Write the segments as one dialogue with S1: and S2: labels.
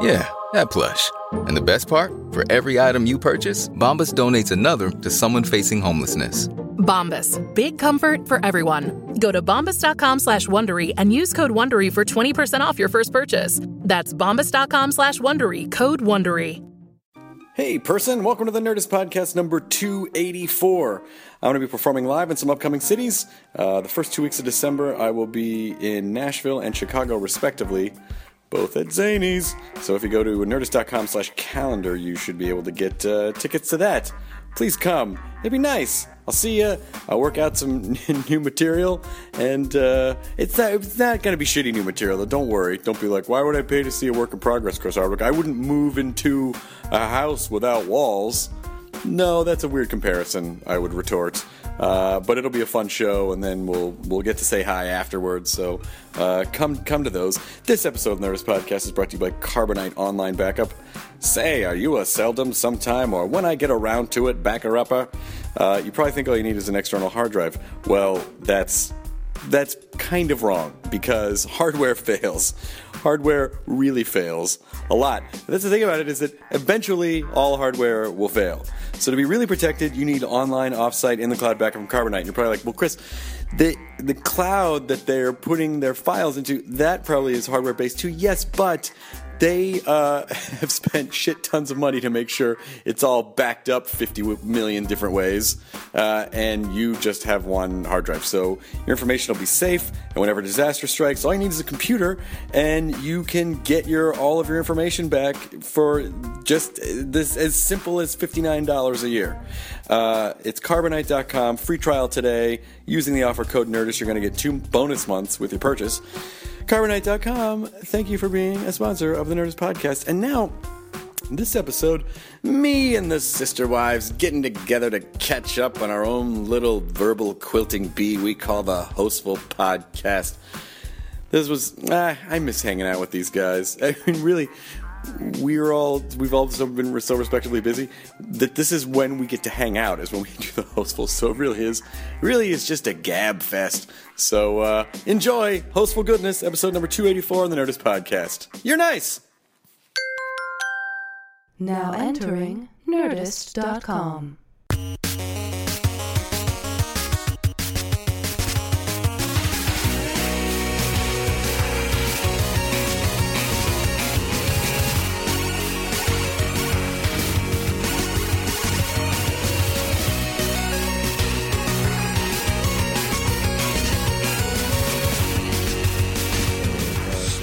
S1: Yeah, that plush. And the best part? For every item you purchase, Bombas donates another to someone facing homelessness.
S2: Bombas. Big comfort for everyone. Go to bombas.com slash Wondery and use code Wondery for 20% off your first purchase. That's bombas.com slash Wondery. Code Wondery.
S3: Hey, person, welcome to the Nerdist Podcast number 284. I'm going to be performing live in some upcoming cities. Uh, the first two weeks of December, I will be in Nashville and Chicago, respectively, both at Zanies. So if you go to nerdist.com slash calendar, you should be able to get uh, tickets to that. Please come. It'd be nice. I'll see you. I'll work out some new material, and uh, it's not, it's not going to be shitty new material. Don't worry. Don't be like, why would I pay to see a work in progress, Chris Hardwick? I wouldn't move into a house without walls. No, that's a weird comparison. I would retort, uh, but it'll be a fun show, and then we'll we'll get to say hi afterwards. So uh, come come to those. This episode of the Nervous Podcast is brought to you by Carbonite Online Backup. Say, are you a seldom, sometime, or when I get around to it, backer upper? Uh, you probably think all you need is an external hard drive. Well, that's that's kind of wrong because hardware fails. Hardware really fails a lot. That's the thing about it is that eventually all hardware will fail. So to be really protected, you need online, offsite, in the cloud backup from Carbonite. You're probably like, well, Chris, the the cloud that they're putting their files into that probably is hardware based too. Yes, but they uh, have spent shit tons of money to make sure it's all backed up 50 million different ways, uh, and you just have one hard drive. So your information will be safe, and whenever disaster strikes, all you need is a computer, and you can get your all of your information back for just this as simple as $59 a year. Uh, it's carbonite.com, free trial today. Using the offer code NERDIST, you're going to get two bonus months with your purchase. Carbonite.com, thank you for being a sponsor of the Nerdist Podcast. And now, this episode, me and the sister wives getting together to catch up on our own little verbal quilting bee we call the Hostful Podcast. This was, ah, I miss hanging out with these guys. I mean, really, we're all we've all so been so respectively busy that this is when we get to hang out is when we do the hostful so it really is really is just a gab fest so uh enjoy hostful goodness episode number 284 on the nerdist podcast you're nice
S4: now entering nerdist.com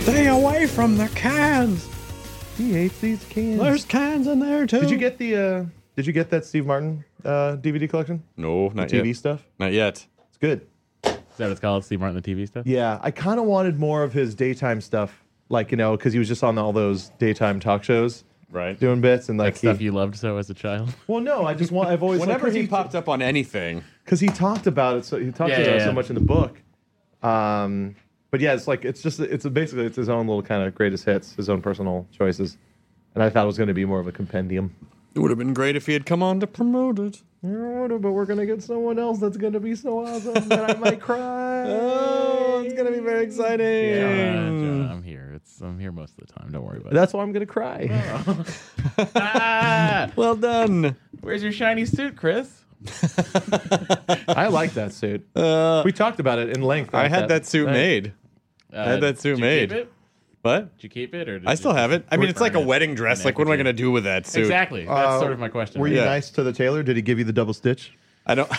S5: Stay away from the cans.
S6: He hates these cans.
S5: There's cans in there too.
S6: Did you get the? uh Did you get that Steve Martin uh DVD collection?
S7: No,
S6: The
S7: not
S6: TV
S7: yet.
S6: stuff.
S7: Not yet.
S6: It's good.
S8: Is that what it's called? Steve Martin, the TV stuff?
S6: Yeah, I kind of wanted more of his daytime stuff, like you know, because he was just on all those daytime talk shows,
S8: Right.
S6: doing bits and like.
S8: That stuff
S6: he-
S8: you loved so as a child?
S6: well, no, I just want. I've always
S7: Whenever
S6: like,
S7: he popped up on anything,
S6: because he talked about it so he talks
S8: Yeah,
S6: about it
S8: yeah,
S6: so
S8: yeah.
S6: much in the book. Um, but yeah, it's like it's just it's basically it's his own little kind of greatest hits, his own personal choices, and I thought it was going to be more of a compendium.
S7: it would have been great if he had come on to promote it.
S6: But we're gonna get someone else that's gonna be so awesome that I might cry.
S7: Oh, it's gonna be very exciting.
S8: John, John, I'm here. It's I'm here most of the time. Don't worry about
S6: That's why I'm gonna cry.
S8: it. Ah,
S7: Well done.
S8: where's your shiny suit, Chris?
S6: I like that suit. we talked about it in length.
S7: I had that suit made.
S8: Uh,
S7: had that suit
S8: did you
S7: made.
S8: Keep it?
S7: What?
S8: Did you keep it, or did
S7: I
S8: you-
S7: still have it. I mean, it's like a
S8: Burn it.
S7: wedding dress.
S8: An
S7: Like, what am I
S8: amputee.
S7: gonna do with that suit?
S8: Exactly. That's sort of my question.
S6: Uh, Were you
S7: Yeah.
S6: nice to the tailor? Did he give you the double stitch?
S7: I don't.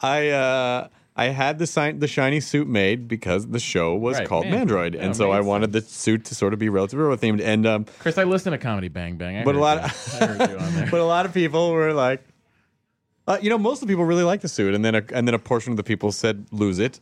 S7: I uh,
S3: I had the sign, the shiny suit made because the show was
S8: Right,
S3: called
S8: man.
S3: Mandroid,
S8: Yeah,
S3: and so
S8: makes
S3: I wanted the suit to sort of be relative hero themed. And um,
S8: Chris, I listen to Comedy Bang Bang. I
S3: but a
S8: heard
S3: lot,
S8: you. I heard you on there.
S3: but a lot of people were like, uh, you know, most of the people really liked the suit, and then a, and then a portion of the people said lose it,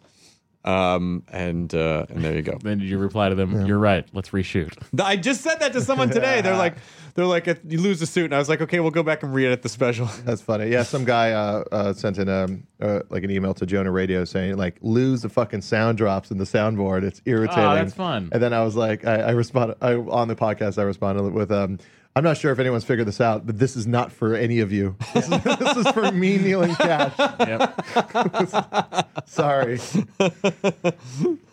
S3: um, and uh, and there you go.
S8: Then did you reply to them? You're right. Let's reshoot.
S3: Th- I just said that to someone today. They're like, they're like, if you lose the suit, and I was like, okay, we'll go back and re-edit the special.
S6: That's funny. Yeah, some guy uh, uh, sent in um, uh, like an email to Jonah Radio saying like lose the fucking sound drops in the soundboard. It's irritating.
S8: Ah, that's fun.
S6: And then I was like, I, I responded I, on the podcast. I responded with, um, I'm not sure if anyone's figured this out, but this is not for any of you. This, is, this is for me, Neil and Cash.
S8: Yep.
S6: Sorry.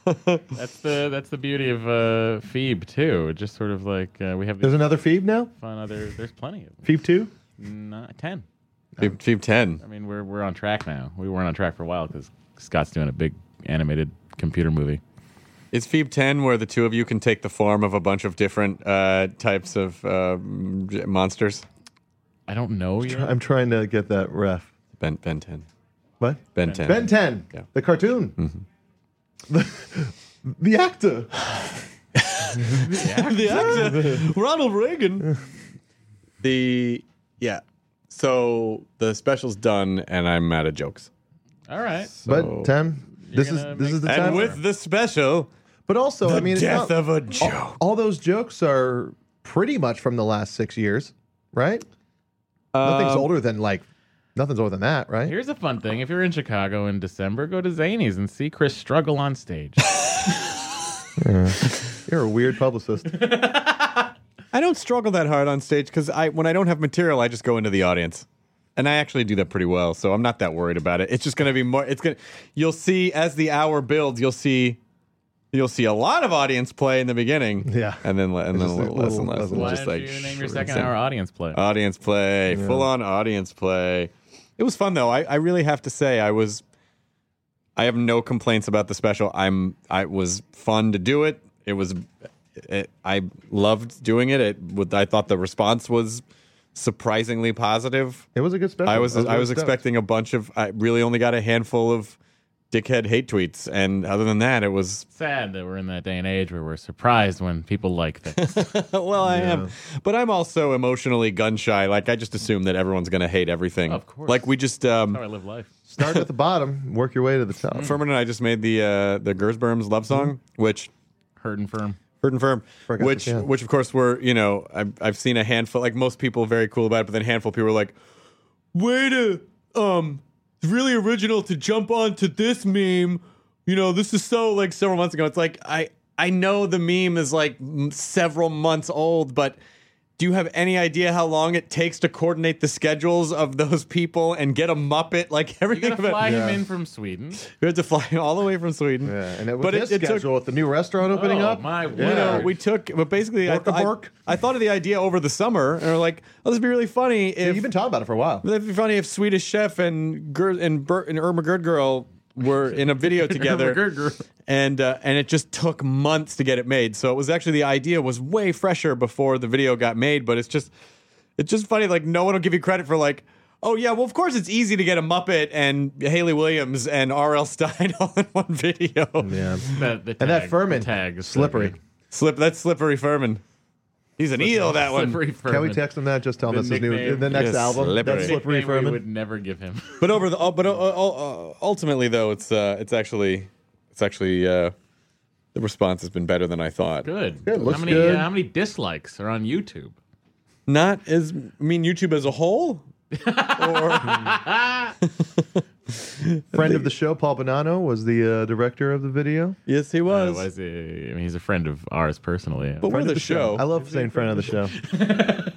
S8: That's the that's the beauty of uh, Phoebe too. It Just sort of like uh, we have
S6: There's
S8: these
S6: another Phoebe now.
S8: fun other. There's plenty of them.
S6: Phoebe two.
S8: Not, ten.
S3: Cheap, cheap ten.
S8: I mean, we're we're on track now. We weren't on track for a while because Scott's doing a big animated computer movie.
S3: It's Phoebe 10 where the two of you can take the form of a bunch of different uh, types of uh, monsters.
S8: I don't know yet.
S6: I'm trying to get that ref.
S3: Ben, ben 10.
S6: What?
S3: Ben 10.
S6: Ben 10,
S3: Yeah. Mm-hmm.
S6: the cartoon. The, the actor.
S3: the actor, Ronald Reagan. The, yeah. So the special's done and I'm out of jokes.
S8: All right.
S3: So-
S6: but 10, this is
S8: gonna
S6: this
S8: make
S6: is the
S3: And
S6: time.
S3: with the special,
S6: but also, I mean, it's
S3: death
S6: not-
S3: of a joke.
S6: all those jokes are pretty much from the last six years, right? nothing's
S3: Um,
S6: older than like, nothing's older than that, right?
S8: Here's a fun thing. If you're in Chicago in December, go to Zany's and see Chris struggle on stage.
S6: You're a weird publicist.
S3: I don't struggle that hard on stage because I, when I don't have material, I just go into the audience, and I actually do that pretty well. So I'm not that worried about it. It's just going to be more. It's going. to You'll see as the hour builds, you'll see, you'll see a lot of audience play in the beginning.
S6: Yeah.
S3: and then le- and then a
S6: Just
S3: little,
S6: a
S3: less and
S6: little-
S3: less.
S6: less
S3: and
S6: and
S8: Why
S6: less.
S3: just
S8: don't
S3: like
S8: you name
S3: shrink
S8: your second
S3: down.
S8: hour audience play?
S6: Uh,
S3: Audience play, full on audience play. It was fun though. I, I really have to say I was I have no complaints about the special. I'm I was fun to do it. It was it, I loved doing it. It would- I thought the response was surprisingly positive.
S6: It was a good special.
S3: I was I
S6: really
S3: was
S6: stoked.
S3: expecting a bunch of I really only got a handful of dickhead hate tweets and other than that it was
S8: Sad that we're in that day and age where we're surprised when people like things.
S3: well I am but I'm also emotionally gun shy like I just assume that everyone's going to hate everything.
S8: Of course.
S3: Like we just um
S8: How I live life.
S6: Start at the bottom, work your way to the top.
S3: Mm. Furman and I just made the uh, the Gersberms love song, which
S8: Hurt and firm.
S3: Hurt and Firm,
S6: Mm-hmm. Forgot
S3: which
S6: the chant.
S3: which of course were you know I've I've seen a handful like most people are very cool about it, but then a handful of people were like, way to um really original to jump onto this meme. You know this is so like several months ago. It's like I I know the meme is like m- several months old, but. Do you have any idea how long it takes to coordinate the schedules of those people and get a Muppet? Like everything
S8: You're gonna
S3: about
S8: fly
S6: Yeah.
S8: him in from Sweden.
S3: we had to fly all the way from Sweden.
S6: Yeah, and it, with
S3: but
S6: this
S3: it, it
S6: schedule,
S3: took.
S6: with the new restaurant opening
S8: Oh,
S6: up,
S8: my
S6: yeah.
S8: word.
S3: You know, we took, but basically, I,
S6: Work of
S3: I-
S6: work.
S3: I thought of the idea over the summer, and we're like, "Oh, this would be really funny if
S6: you've been talking about it for a while.
S3: that'd be funny if Swedish Chef and Ger- and Bert and Irma Gerd Girl were in a video together."
S8: Gerd-Girl.
S3: And uh, and it just took months to get it made. So it was actually the idea was way fresher before the video got made. But it's just it's just funny. Like no one will give you credit for like. Oh yeah, well of course it's easy to get a Muppet and Haley Williams and R.L. Stein all in one video.
S6: Yeah.
S8: The, the
S6: And that
S8: tag-
S6: Furman
S8: the tag is so
S6: slippery.
S8: good.
S3: Slip that's slippery Furman. He's an eel that one.
S8: Slippery
S6: Can
S8: Furman.
S6: we text him that? Just tell him
S8: The
S6: that's his new
S8: nickname.
S6: the next
S3: Yes,
S6: album.
S3: Slippery.
S6: That's
S8: Nickname
S6: slippery
S8: We
S6: Furman.
S8: would never give him.
S3: But over the but uh, uh, uh, ultimately though it's uh, it's actually it's actually uh, the response has been better than I thought.
S8: Good.
S6: Good, looks
S8: how many
S6: good.
S8: Uh, how many dislikes are on YouTube?
S3: Not as I mean YouTube as a whole. or,
S6: Friend of the show, Paul Bonanno, was the uh, director of the video.
S3: yes, he was.
S8: Otherwise, uh, I mean, he's a friend of ours personally.
S3: But we're
S6: Friend
S3: the, show.
S6: I love saying friend of the show.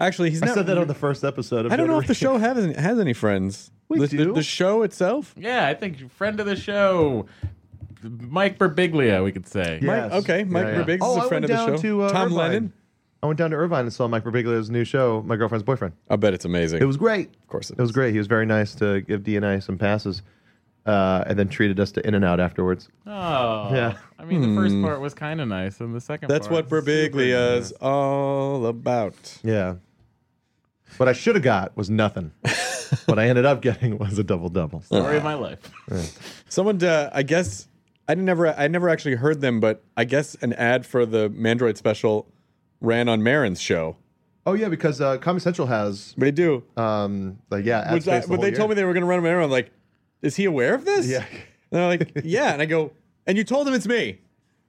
S3: Actually, he's
S6: I
S3: not.
S6: said that on the first episode. Of
S3: I don't know if the
S6: Generation-
S3: show has any, has any friends.
S6: We
S3: the, The,
S6: do.
S3: the show itself.
S8: yeah, I think friend of the show, Mike Berbiglia, we could say.
S6: Yes.
S3: Mike- okay, Mike Birbiglia is
S6: Oh,
S3: a
S6: I
S3: friend
S6: went
S3: of the
S6: down
S3: show.
S6: To, uh,
S3: Tom
S6: Irvine.
S3: Lennon?
S6: I went down to Irvine and saw Mike Birbiglia's new show, My Girlfriend's Boyfriend.
S3: I bet it's amazing.
S6: It was great. Of
S3: course it
S6: it was
S3: is.
S6: great. He was very nice to give D and I some passes, uh, and then treated us to In and Out afterwards.
S8: Oh.
S6: Yeah.
S8: I mean, the first part was kind of nice, and the second
S3: Hmm. That's
S8: part
S3: what Berbiglia is all about.
S6: Yeah. What I should have got was nothing. what I ended up getting was a double double.
S8: Story of my life.
S3: Someone, uh, I guess, I never, I never actually heard them, but I guess an ad for the Mandroid special ran on Marin's show.
S6: Oh yeah, because uh, Comedy Central has
S3: They do.
S6: um like yeah, ad
S3: Which I- But
S6: space the whole
S3: they
S6: year.
S3: told me they were going to run him around. I'm like, is he aware of this?
S6: Yeah.
S3: And they're like, yeah. And I go, and you told him it's me.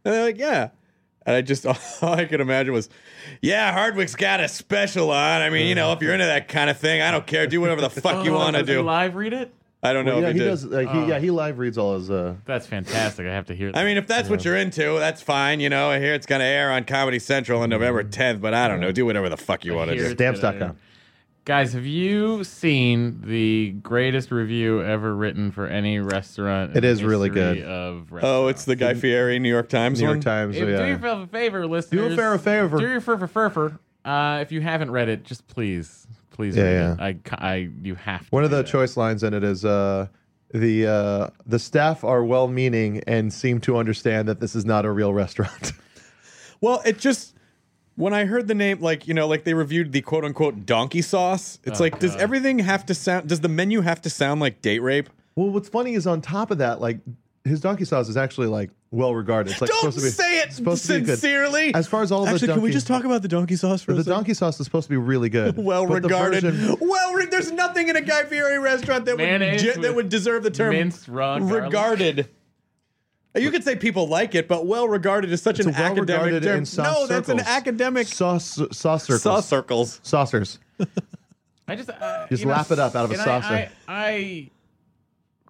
S3: And they're like, yeah. And I just, all I could imagine was, yeah, Hardwick's got a special on. I mean, you know, if you're into that kind of thing, I don't care. Do whatever the fuck you
S8: Oh,
S3: want to
S8: does he
S3: do.
S8: live read it?
S3: I don't know
S6: yeah,
S3: if he,
S6: he
S3: did.
S6: does. Like, he, yeah, he live reads all his. Uh,
S8: That's fantastic. I have to hear that.
S3: I mean, if that's what you're into, that's fine. You know, I hear it's going to air on Comedy Central on November 10th, but I don't know. Do whatever the fuck you want to
S8: hear
S3: do.
S8: it's gonna
S6: Stamps.com.
S8: air. Guys, have you seen the greatest review ever written for any restaurant? in
S6: It
S8: the
S6: is really
S8: history
S6: good.
S8: Of
S3: Oh,
S8: restaurants?
S3: it's the Guy Fieri New York Times
S6: New
S3: one?
S6: York Times.
S8: If, Do
S6: yeah.
S8: yourself a favor, listeners.
S6: fair favor.
S8: Do your fur fur Uh, if you haven't read it, just please, please
S6: Yeah,
S8: read
S6: yeah.
S8: it. I, ca- I, you have to.
S6: One of
S8: do
S6: the
S8: that.
S6: choice lines in it is uh, the uh, the staff are well meaning and seem to understand that this is not a real restaurant.
S3: Well, it just when I heard the name, like you know, like they reviewed the quote unquote donkey sauce. It's
S8: Oh,
S3: like, does everything have to sound? Does the menu have to sound like date rape?
S6: well, what's funny is on top of that, like his donkey sauce is actually like well regarded. It's like
S3: Don't
S6: supposed to be,
S3: say it
S6: supposed to be good.
S3: sincerely.
S6: As far as all the
S3: Actually, can we
S6: donkey-
S3: just talk about the donkey sauce for a
S6: The
S3: second?
S6: donkey sauce is supposed to be really good.
S3: well
S6: but the
S3: regarded.
S6: version-
S3: well, re- there's nothing in a Guy Fieri restaurant that would
S8: Mayonnaise
S3: ge-
S8: with
S3: that would deserve the term
S8: minced raw garlic.
S3: regarded. You could say people like it, but well regarded is such
S6: it's a
S3: an academic
S6: well-regarded
S3: term.
S6: in sauce
S3: no, that's an
S6: circles.
S3: academic
S6: sauce sauce circles.
S3: sauce circles.
S6: Saucers.
S8: I just uh,
S6: Just
S8: you know,
S6: lap it up out of a
S8: and I-
S6: saucer.
S8: I, I,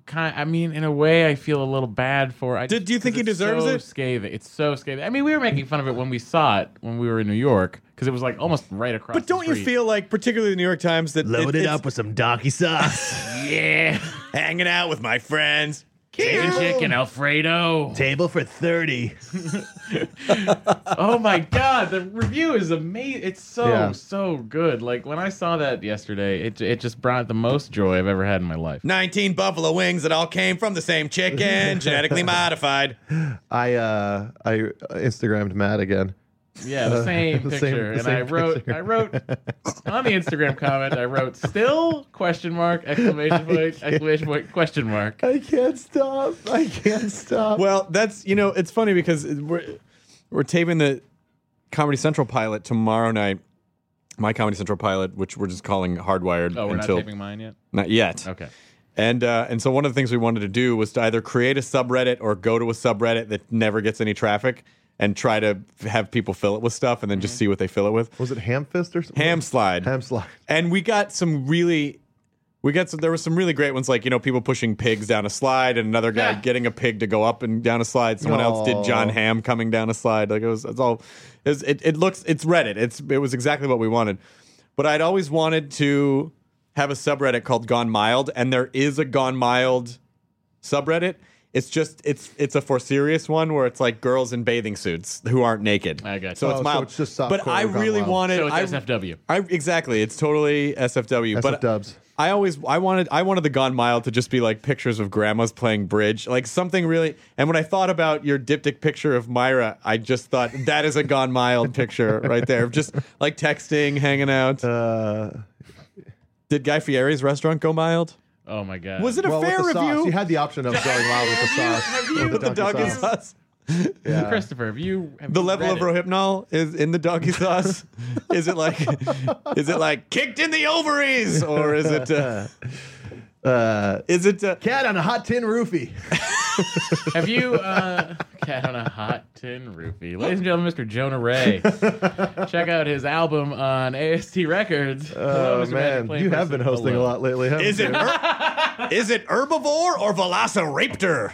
S8: kind. I mean, in a way, I feel a little bad for. I
S3: Did-
S8: just-
S3: do you think
S8: 'cause
S3: he
S8: it's
S3: deserves
S8: so
S3: it?
S8: Scathing. It's so scathing. I mean, we were making fun of it when we saw it when we were in New York because it was like almost right across.
S3: But
S8: the
S3: don't you
S8: street.
S3: feel like, particularly the New York Times, that
S6: Load it
S3: it's-
S6: up with some donkey sauce.
S8: Yeah,
S3: hanging out with my friends.
S8: chicken, chicken Alfredo.
S6: Table for thirty.
S8: Oh my god, the review is amazing. It's so
S6: Yeah.
S8: so good. Like when I saw that yesterday, it it just brought the most joy I've ever had in my life.
S3: 19 buffalo wings that all came from the same chicken, genetically modified.
S6: I uh I Instagrammed Matt again.
S8: Yeah, the same
S6: Uh-huh. the
S8: picture.
S6: same- the
S8: and
S6: same
S8: I wrote,
S6: picture.
S8: I wrote on the Instagram comment, I wrote, still question mark exclamation point exclamation point question mark.
S6: I can't stop. I can't stop.
S3: Well, that's, you know, it's funny because we're, we're taping the Comedy Central pilot tomorrow night. My Comedy Central pilot, which we're just calling Hardwired
S8: Oh, we're
S3: until
S8: not taping mine yet.
S3: not yet.
S8: Okay.
S3: And uh, and so one of the things we wanted to do was to either create a subreddit or go to a subreddit that never gets any traffic and try to have people fill it with stuff and then
S8: Mm-hmm.
S3: just see what they fill it with.
S6: was it ham fist or something?
S3: Ham slide.
S6: Ham slide.
S3: and we got some really we got some there were some really great ones like you know people pushing pigs down a slide and another guy
S8: Yeah.
S3: getting a pig to go up and down a slide someone else
S6: Aw.
S3: did john ham coming down a slide like it was it's all it, was, it, it looks it's reddit it's it was exactly what we wanted but i'd always wanted to have a subreddit called gone mild and there is a gone mild subreddit it's just it's it's a for serious one where it's like girls in bathing suits who aren't naked.
S8: I got
S3: so
S8: you.
S6: Oh,
S3: it's
S6: so
S3: mild.
S6: it's just
S3: but
S6: softcore
S3: I
S6: Gone
S3: really
S6: Mild.
S3: wanted
S8: So it's
S3: I,
S8: SFW.
S3: I exactly. It's totally SFW. But
S6: SFWs.
S3: I always I wanted I wanted the Gone Mild to just be like pictures of grandmas playing bridge, like something really. And when I thought about your diptych picture of Myra, I just thought that is a Gone Mild picture right there, just like texting, hanging out.
S6: Uh,
S3: Did Guy Fieri's restaurant go mild?
S8: Oh my god.
S3: Was it a
S6: Uh, well,
S3: fair
S6: with the
S3: review?
S6: sauce, you had the option of going wild with the sauce.
S8: you-
S6: with
S3: the doggy sauce.
S6: Yeah.
S8: Christopher, have you have
S3: The
S8: you
S3: level
S8: read
S3: of
S8: it?
S3: rohypnol is in the doggy sauce. is it like, is it like kicked in the ovaries, or is it, uh,
S6: Uh,
S3: is it? Uh,
S6: cat on a hot tin roofie.
S8: Have you uh, cat on a hot tin roofie? Ladies and gentlemen, Mr. Jonah Ray. Check out his album on AST Records. Hello,
S6: Oh
S8: Mr. Magic
S6: man,
S8: Plane
S6: you have
S8: Person.
S6: been hosting
S8: Hello.
S6: a lot lately. haven't
S3: Is
S6: you?
S3: it her- is it herbivore or velociraptor?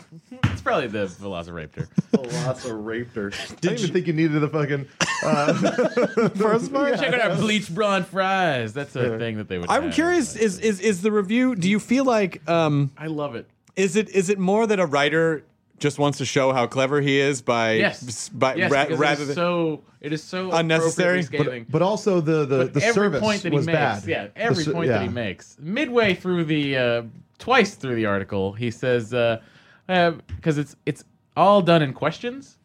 S8: It's probably the Velociraptor.
S6: Velociraptor? I didn't even think you needed the fucking uh, first part.
S8: Check out our bleach blonde fries. That's a thing that they would.
S3: I'm
S8: have.
S3: curious. Is is is the review? Do you feel like um
S8: I love it.
S3: is it is it more that a writer just wants to show how clever he is by
S8: Yes,
S3: by
S8: yes,
S3: ra-
S8: because
S3: rather
S8: it
S3: than
S8: is so it is so
S3: Unnecessary,
S8: unnecessary. Scathing.
S6: But also the the, the
S8: every
S6: service
S8: point that he
S6: was
S8: makes,
S6: bad.
S8: yeah,
S6: The
S8: every
S6: ser-
S8: point that
S6: yeah.
S8: he makes, midway through the uh, twice through the article, he says uh, uh, because it's it's all done in questions.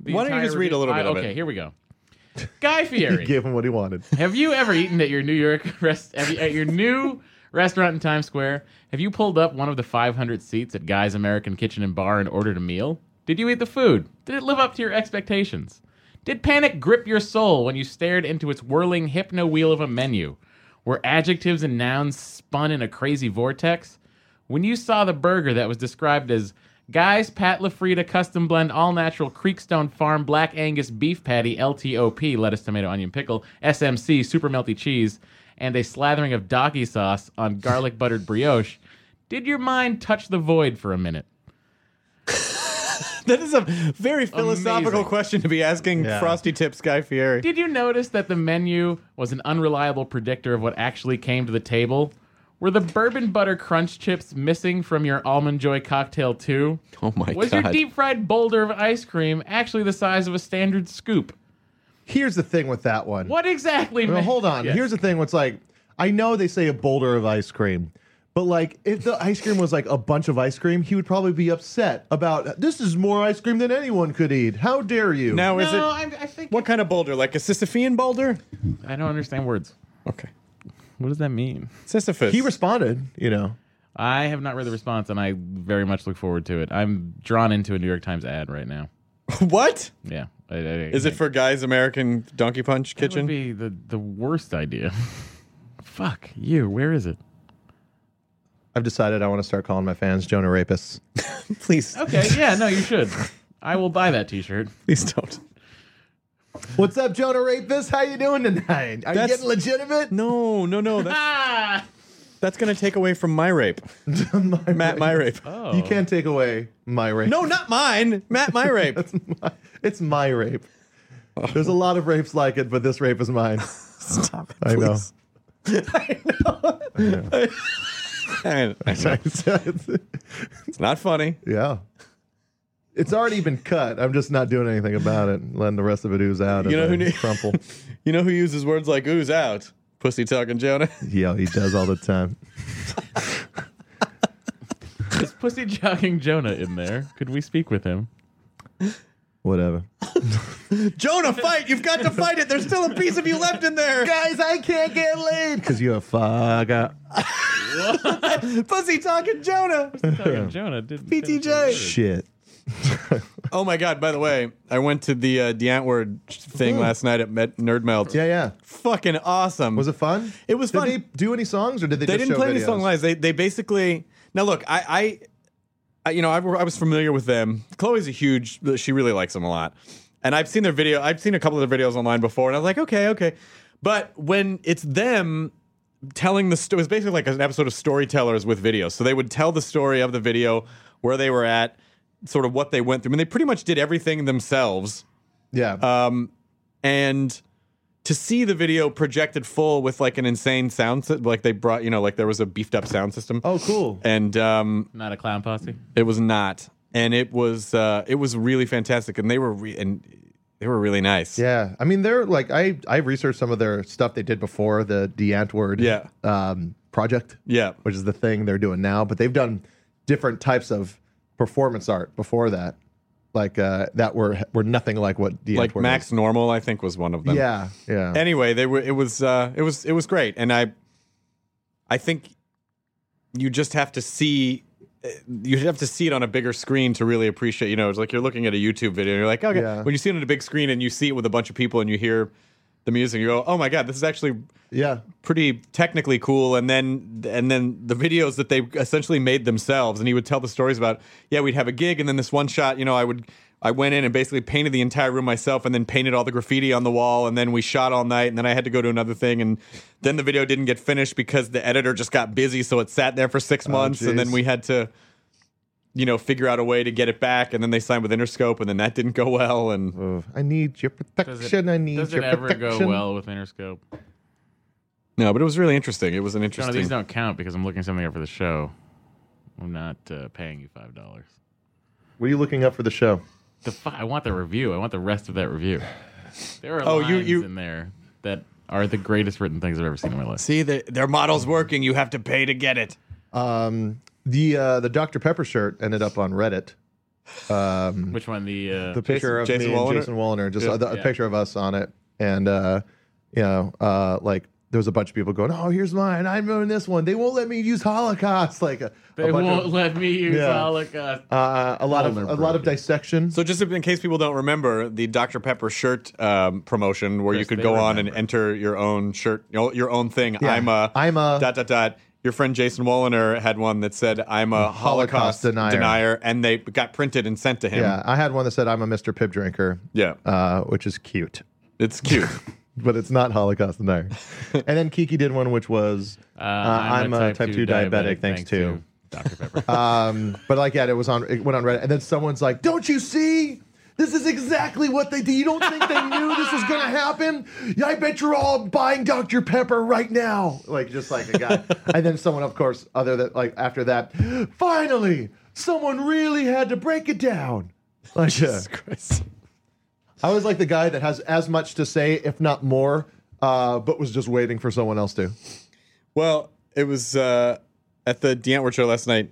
S8: The
S3: Why don't you
S8: entire
S3: just read a little bit
S8: I-
S3: of it?
S8: Okay, here we go. Guy
S6: He
S8: Fieri.
S6: gave him what he wanted.
S8: Have you ever eaten at your New York rest at your new restaurant in Times Square. Have you pulled up one of the 500 seats at Guy's American Kitchen and Bar and ordered a meal? Did you eat the food? Did it live up to your expectations? Did panic grip your soul when you stared into its whirling hypno wheel of a menu? Were adjectives and nouns spun in a crazy vortex? When you saw the burger that was described as Guy's Pat LaFrida Custom Blend All Natural Creekstone Farm Black Angus Beef Patty LTOP Lettuce Tomato Onion Pickle SMC Super Melty Cheese and a slathering of doggy sauce on garlic buttered brioche, did your mind touch the void for a minute?
S3: That is a very philosophical
S8: Amazing.
S3: question to be asking
S6: Yeah.
S3: Frosty Tips Guy Fieri.
S8: Did you notice that the menu was an unreliable predictor of what actually came to the table? Were the bourbon butter crunch chips missing from your almond joy cocktail too?
S1: Oh my
S8: Was your
S1: god.
S8: deep fried boulder of ice cream actually the size of a standard scoop?
S6: Here's the thing with that one.
S8: What exactly?
S6: Well,
S8: man?
S6: hold on.
S8: Yes.
S6: Here's the thing. What's like? I know they say a boulder of ice cream, but like, if the ice cream was like a bunch of ice cream, he would probably be upset about this. Is more ice cream than anyone could eat. How dare you?
S3: Now
S8: no,
S3: is it
S8: I, I think
S3: what kind of boulder? Like a Sisyphean boulder?
S8: I don't understand words.
S3: Okay.
S8: What does that mean?
S3: Sisyphus.
S6: he responded. You know,
S8: I have not read the response, and I very much look forward to it. I'm drawn into a New York Times ad right now.
S3: what?
S8: Yeah, I, I-
S3: Is
S8: I-
S3: it for Guy's American Donkey Punch
S8: That would
S3: Kitchen?
S8: be the the worst idea. Fuck you. Where is it?
S6: I've decided I want to start calling my fans Jonah rapists.
S3: please,
S8: Okay. Yeah. No, you should. I will buy that T-shirt.
S3: please don't.
S6: What's up, Jonah rapist? How you doing tonight? Are
S3: That's-
S6: you getting legitimate?
S3: No, no,
S6: Oh,
S3: no. That's,
S8: Ah.
S3: that's gonna take away from my rape,
S6: My
S3: Matt. My rape.
S8: Oh.
S6: You can't take away my rape.
S3: No, not mine, Matt. My rape.
S6: it's my rape. There's a lot of rapes like it, but this rape is mine.
S3: Stop it,
S6: I know.
S3: please. I know. It's not funny.
S6: yeah. It's already been cut. I'm just not doing anything about it, letting the rest of it ooze out.
S3: You
S6: as
S3: know who
S6: I
S3: knew-
S6: crumple?
S3: You know who uses words like "ooze out," pussy talking Jonah.
S6: yeah, he does all the time.
S8: Is pussy jogging Jonah in there? Could we speak with him?
S6: Whatever.
S3: Jonah, fight! You've got to fight it. There's still a piece of you left in there.
S6: Guys, I can't get laid because you're a fuck up.
S3: Pussy talking Jonah.
S8: Jogging Jonah did
S3: PTJ.
S6: Shit.
S3: Oh my god! By the way, I went to the uh, Deantword thing last night at Met- Nerd Melt.
S6: Yeah, yeah.
S3: Fucking awesome.
S6: Was it fun?
S3: It was
S6: did
S3: fun.
S6: Did they do any songs or did they?
S3: they
S6: just
S3: didn't
S6: show
S3: play any
S6: videos?
S3: song live. They they basically now look. I I, I you know I, were- I was familiar with them. Chloe's a huge. She really likes them a lot, and I've seen their video. I've seen a couple of their videos online before, and I was like, okay, okay. But when it's them telling the story, it was basically like an episode of Storytellers with videos. So they would tell the story of the video, where they were at, sort of what they went through. I mean, they pretty much did everything themselves
S6: Yeah.
S3: Uh, and to see the video projected full with like an insane sound sy- like they brought you know like there was a beefed up sound system
S6: oh, cool.
S3: and um
S8: Not a clown posse.
S3: it was not and it was uh it was really fantastic and they were re- and they were really nice
S6: Yeah, I mean they're like I I researched some of their stuff they did before the Deantword
S3: Yeah.
S6: um, project
S3: yeah
S6: which is the thing they're doing now, but they've done different types of performance art before that, like uh, that were were nothing like what Deantword
S3: like
S6: was.
S3: max normal i think was one of them
S6: Yeah, yeah.
S3: anyway they were it was uh it was it was great and i i think you just have to see uh, you have to see it on a bigger screen to really appreciate you know it's like you're looking at a youtube video and you're like okay
S6: Yeah.
S3: when you see it on a big screen and you see it with a bunch of people and you hear the music you go oh my god this is actually
S6: yeah.
S3: pretty technically cool and then and then the videos that they essentially made themselves and he would tell the stories about yeah we'd have a gig and then this one shot you know i would i went in and basically painted the entire room myself and then painted all the graffiti on the wall and then we shot all night and then i had to go to another thing and then the video didn't get finished because the editor just got busy so it sat there for six months and then
S6: geez.
S3: we had to you know figure out a way to get it back and then they signed with interscope and then that didn't go well and
S6: Ooh, I need your
S8: Does
S6: protection.
S8: it,
S6: I need
S8: does
S6: your
S8: it ever
S6: protection.
S8: go well with Interscope?
S3: no but it was really interesting it was an
S8: Jonah,
S3: interesting
S8: these don't count because I'm looking something up for the show. I'm not uh, paying you five dollars.
S6: What are you looking up for the show?
S8: The fu- I want the review. I want the rest of that review. There are
S3: Oh,
S8: lines
S3: you- you-
S8: in there that are the greatest written things I've ever seen in my life.
S3: see the, their model's working you have to pay to get it
S6: Um, the uh, the Dr Pepper shirt ended up on Reddit.
S8: Which one? The uh,
S6: the picture of
S3: Jason
S6: me
S3: Wallner?
S6: and Jason Wallner, just
S3: Yeah.
S6: a, the- a
S8: Yeah.
S6: picture of us on it, and uh, you know, uh, like there was a bunch of people going, "Oh, here's mine. I'm doing this one. They won't let me use Holocaust." Like a,
S8: They
S6: a bunch
S8: won't
S6: of,
S8: let me use
S6: Yeah.
S8: Holocaust.
S6: uh, a lot of a lot of dissection.
S3: So just in case people don't remember, the Dr Pepper shirt um, promotion where you
S8: Yes,
S3: could
S8: they
S3: go on and
S8: remember.
S3: enter your own shirt, your your own thing.
S6: Yeah.
S3: I'm a
S6: I'm a-
S3: dot dot dot. Your friend Jason Walliner had one that said, "I'm a Holocaust,
S6: Holocaust denier.
S3: and they got printed and sent to him.
S6: yeah, I had one that said, "I'm a Mr. Pib drinker,"
S3: Yeah.
S6: uh, which is cute,
S3: it's cute.
S6: but it's not Holocaust denier. and then Kiki did one, which was,
S8: Uh, I'm,
S6: I'm a type 2 diabetic, thanks to-
S8: Dr. Pepper.
S6: um, but like, yeah, it was on. It went on Reddit, and then someone's like, "Don't you see?" This is exactly what they did. You don't think they knew this was going to happen? Yeah, I bet you're all buying Dr. Pepper right now. Like, just like a guy. and then someone, of course, other than, like, after that, finally, someone really had to break it down. Like, yeah. I was like the guy that has as much to say, if not more, uh, but was just waiting for someone else to.
S3: Well, it was uh, at the D'Antwoord show last night.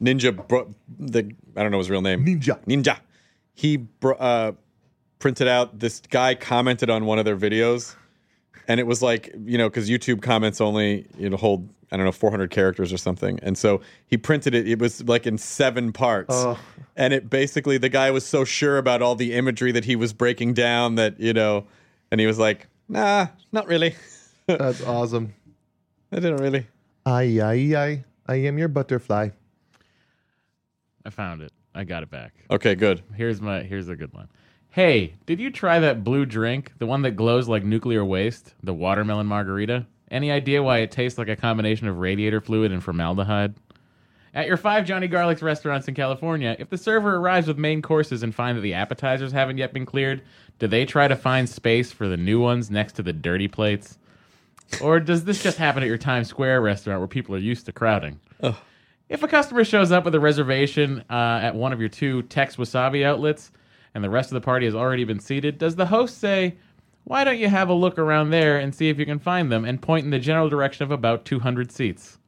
S3: Ninja, bro- the I don't know his real name.
S6: Ninja.
S3: Ninja. He br- uh, printed out. This guy commented on one of their videos, and it was like you know because YouTube comments only you know hold I don't know 400 characters or something, and so he printed it. It was like in seven parts, and it basically the guy was so sure about all the imagery that he was breaking down that you know, and he was like, nah, not really.
S6: That's awesome.
S3: I didn't really.
S6: Aye, aye, aye. I am your butterfly.
S8: I found it. I got it back.
S3: Okay, good.
S8: Here's my here's a good one. Hey, did you try that blue drink? The one that glows like nuclear waste? The watermelon margarita? Any idea why it tastes like a combination of radiator fluid and formaldehyde? At your five Johnny Garlic's restaurants in California, if the server arrives with main courses and find that the appetizers haven't yet been cleared, do they try to find space for the new ones next to the dirty plates? Or does this just happen at your Times Square restaurant where people are used to crowding? If a customer shows up with a reservation uh, at one of your two Tex Wasabi outlets and the rest of the party has already been seated, does the host say, Why don't you have a look around there and see if you can find them and point in the general direction of about 200 seats?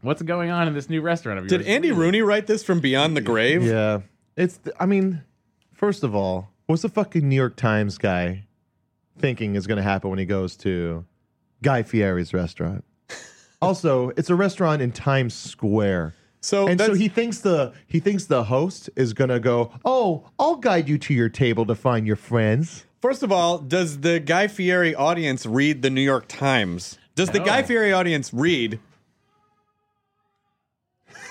S8: What's going on in this new restaurant of yours?
S3: Did Andy Rooney write this from Beyond the Grave?
S6: Yeah. It's, th- I mean, first of all, what's the fucking New York Times guy thinking is going to happen when he goes to Guy Fieri's restaurant? also, it's a restaurant in Times Square.
S3: So
S6: and so
S3: that's-
S6: he thinks the he thinks the host is gonna go. Oh, I'll guide you to your table to find your friends.
S3: First of all, does the Guy Fieri audience read the New York Times? Does the
S8: No.
S6: Oh.
S3: Guy Fieri audience read?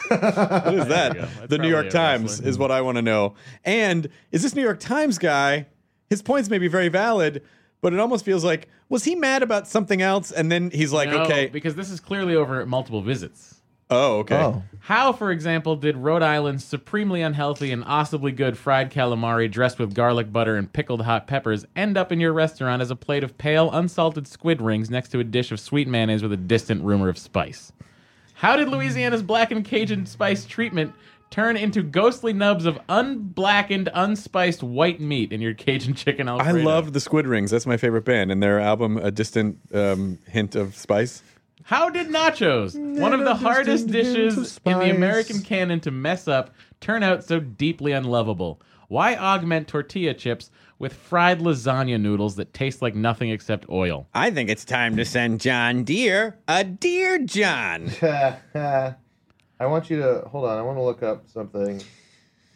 S3: what is
S8: you go.
S3: that?
S8: That's
S3: The New York
S8: probably a
S3: Times
S8: wrestler.
S3: is what I want to know. And is this New York Times guy? His points may be very valid, but it almost feels like was he mad about something else? And then he's like,
S8: No,
S3: okay,
S8: Because this is clearly over multiple visits.
S3: oh, okay.
S6: Oh,
S8: How, for example, did Rhode Island's supremely unhealthy and awesomely good fried calamari dressed with garlic butter and pickled hot peppers end up in your restaurant as a plate of pale, unsalted squid rings next to a dish of sweet mayonnaise with a distant rumor of spice? How did Louisiana's black and Cajun spice treatment turn into ghostly nubs of unblackened, unspiced white meat in your Cajun chicken
S3: I
S8: alfredo?
S3: love the Squid Rings. That's my favorite band, and their album, A Distant um, Hint of Spice.
S8: How did nachos, one of the
S6: just
S8: hardest
S6: didn't get into
S8: dishes in the
S6: spice.
S8: American canon to mess up, turn out so deeply unlovable? Why augment tortilla chips with fried lasagna noodles that taste like nothing except oil?
S3: I think it's time to send John Deere a Dear John.
S6: I want you to hold on. I want to look up something.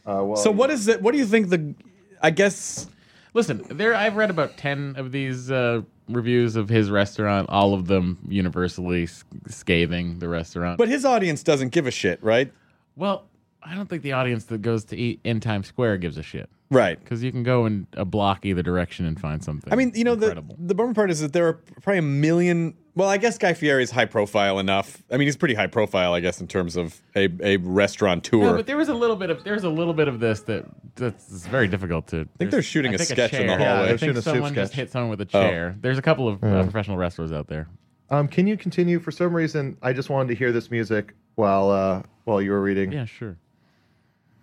S6: Uh, well,
S3: So what is it? What do you think the? I guess
S8: Listen, there I've read about 10 of these uh, reviews of his restaurant, all of them universally s- scathing the restaurant.
S3: But his audience doesn't give a shit, right?
S8: well, I don't think the audience that goes to eat in Times Square gives a shit.
S3: Right.
S8: Because you can go in a block either direction and find something.
S3: I mean, you know, the,
S8: incredible.
S3: the bummer part is that there are probably a million. Well, I guess Guy Fieri is high profile enough. I mean, he's pretty high profile, I guess, in terms of a, a restaurateur.
S8: No, but there was a little bit of there's a little bit of this that that's it's very difficult to. I
S3: think they're shooting a
S8: think
S3: sketch in the
S8: chair.
S3: hallway.
S8: I
S3: They're
S8: think
S6: shooting a soup
S8: someone just
S6: sketch.
S8: hit someone with a
S3: Oh.
S8: chair. There's a couple of uh, professional wrestlers out there.
S6: Um, can you continue? For some reason, I just wanted to hear this music while uh, while you were reading.
S8: Yeah, sure.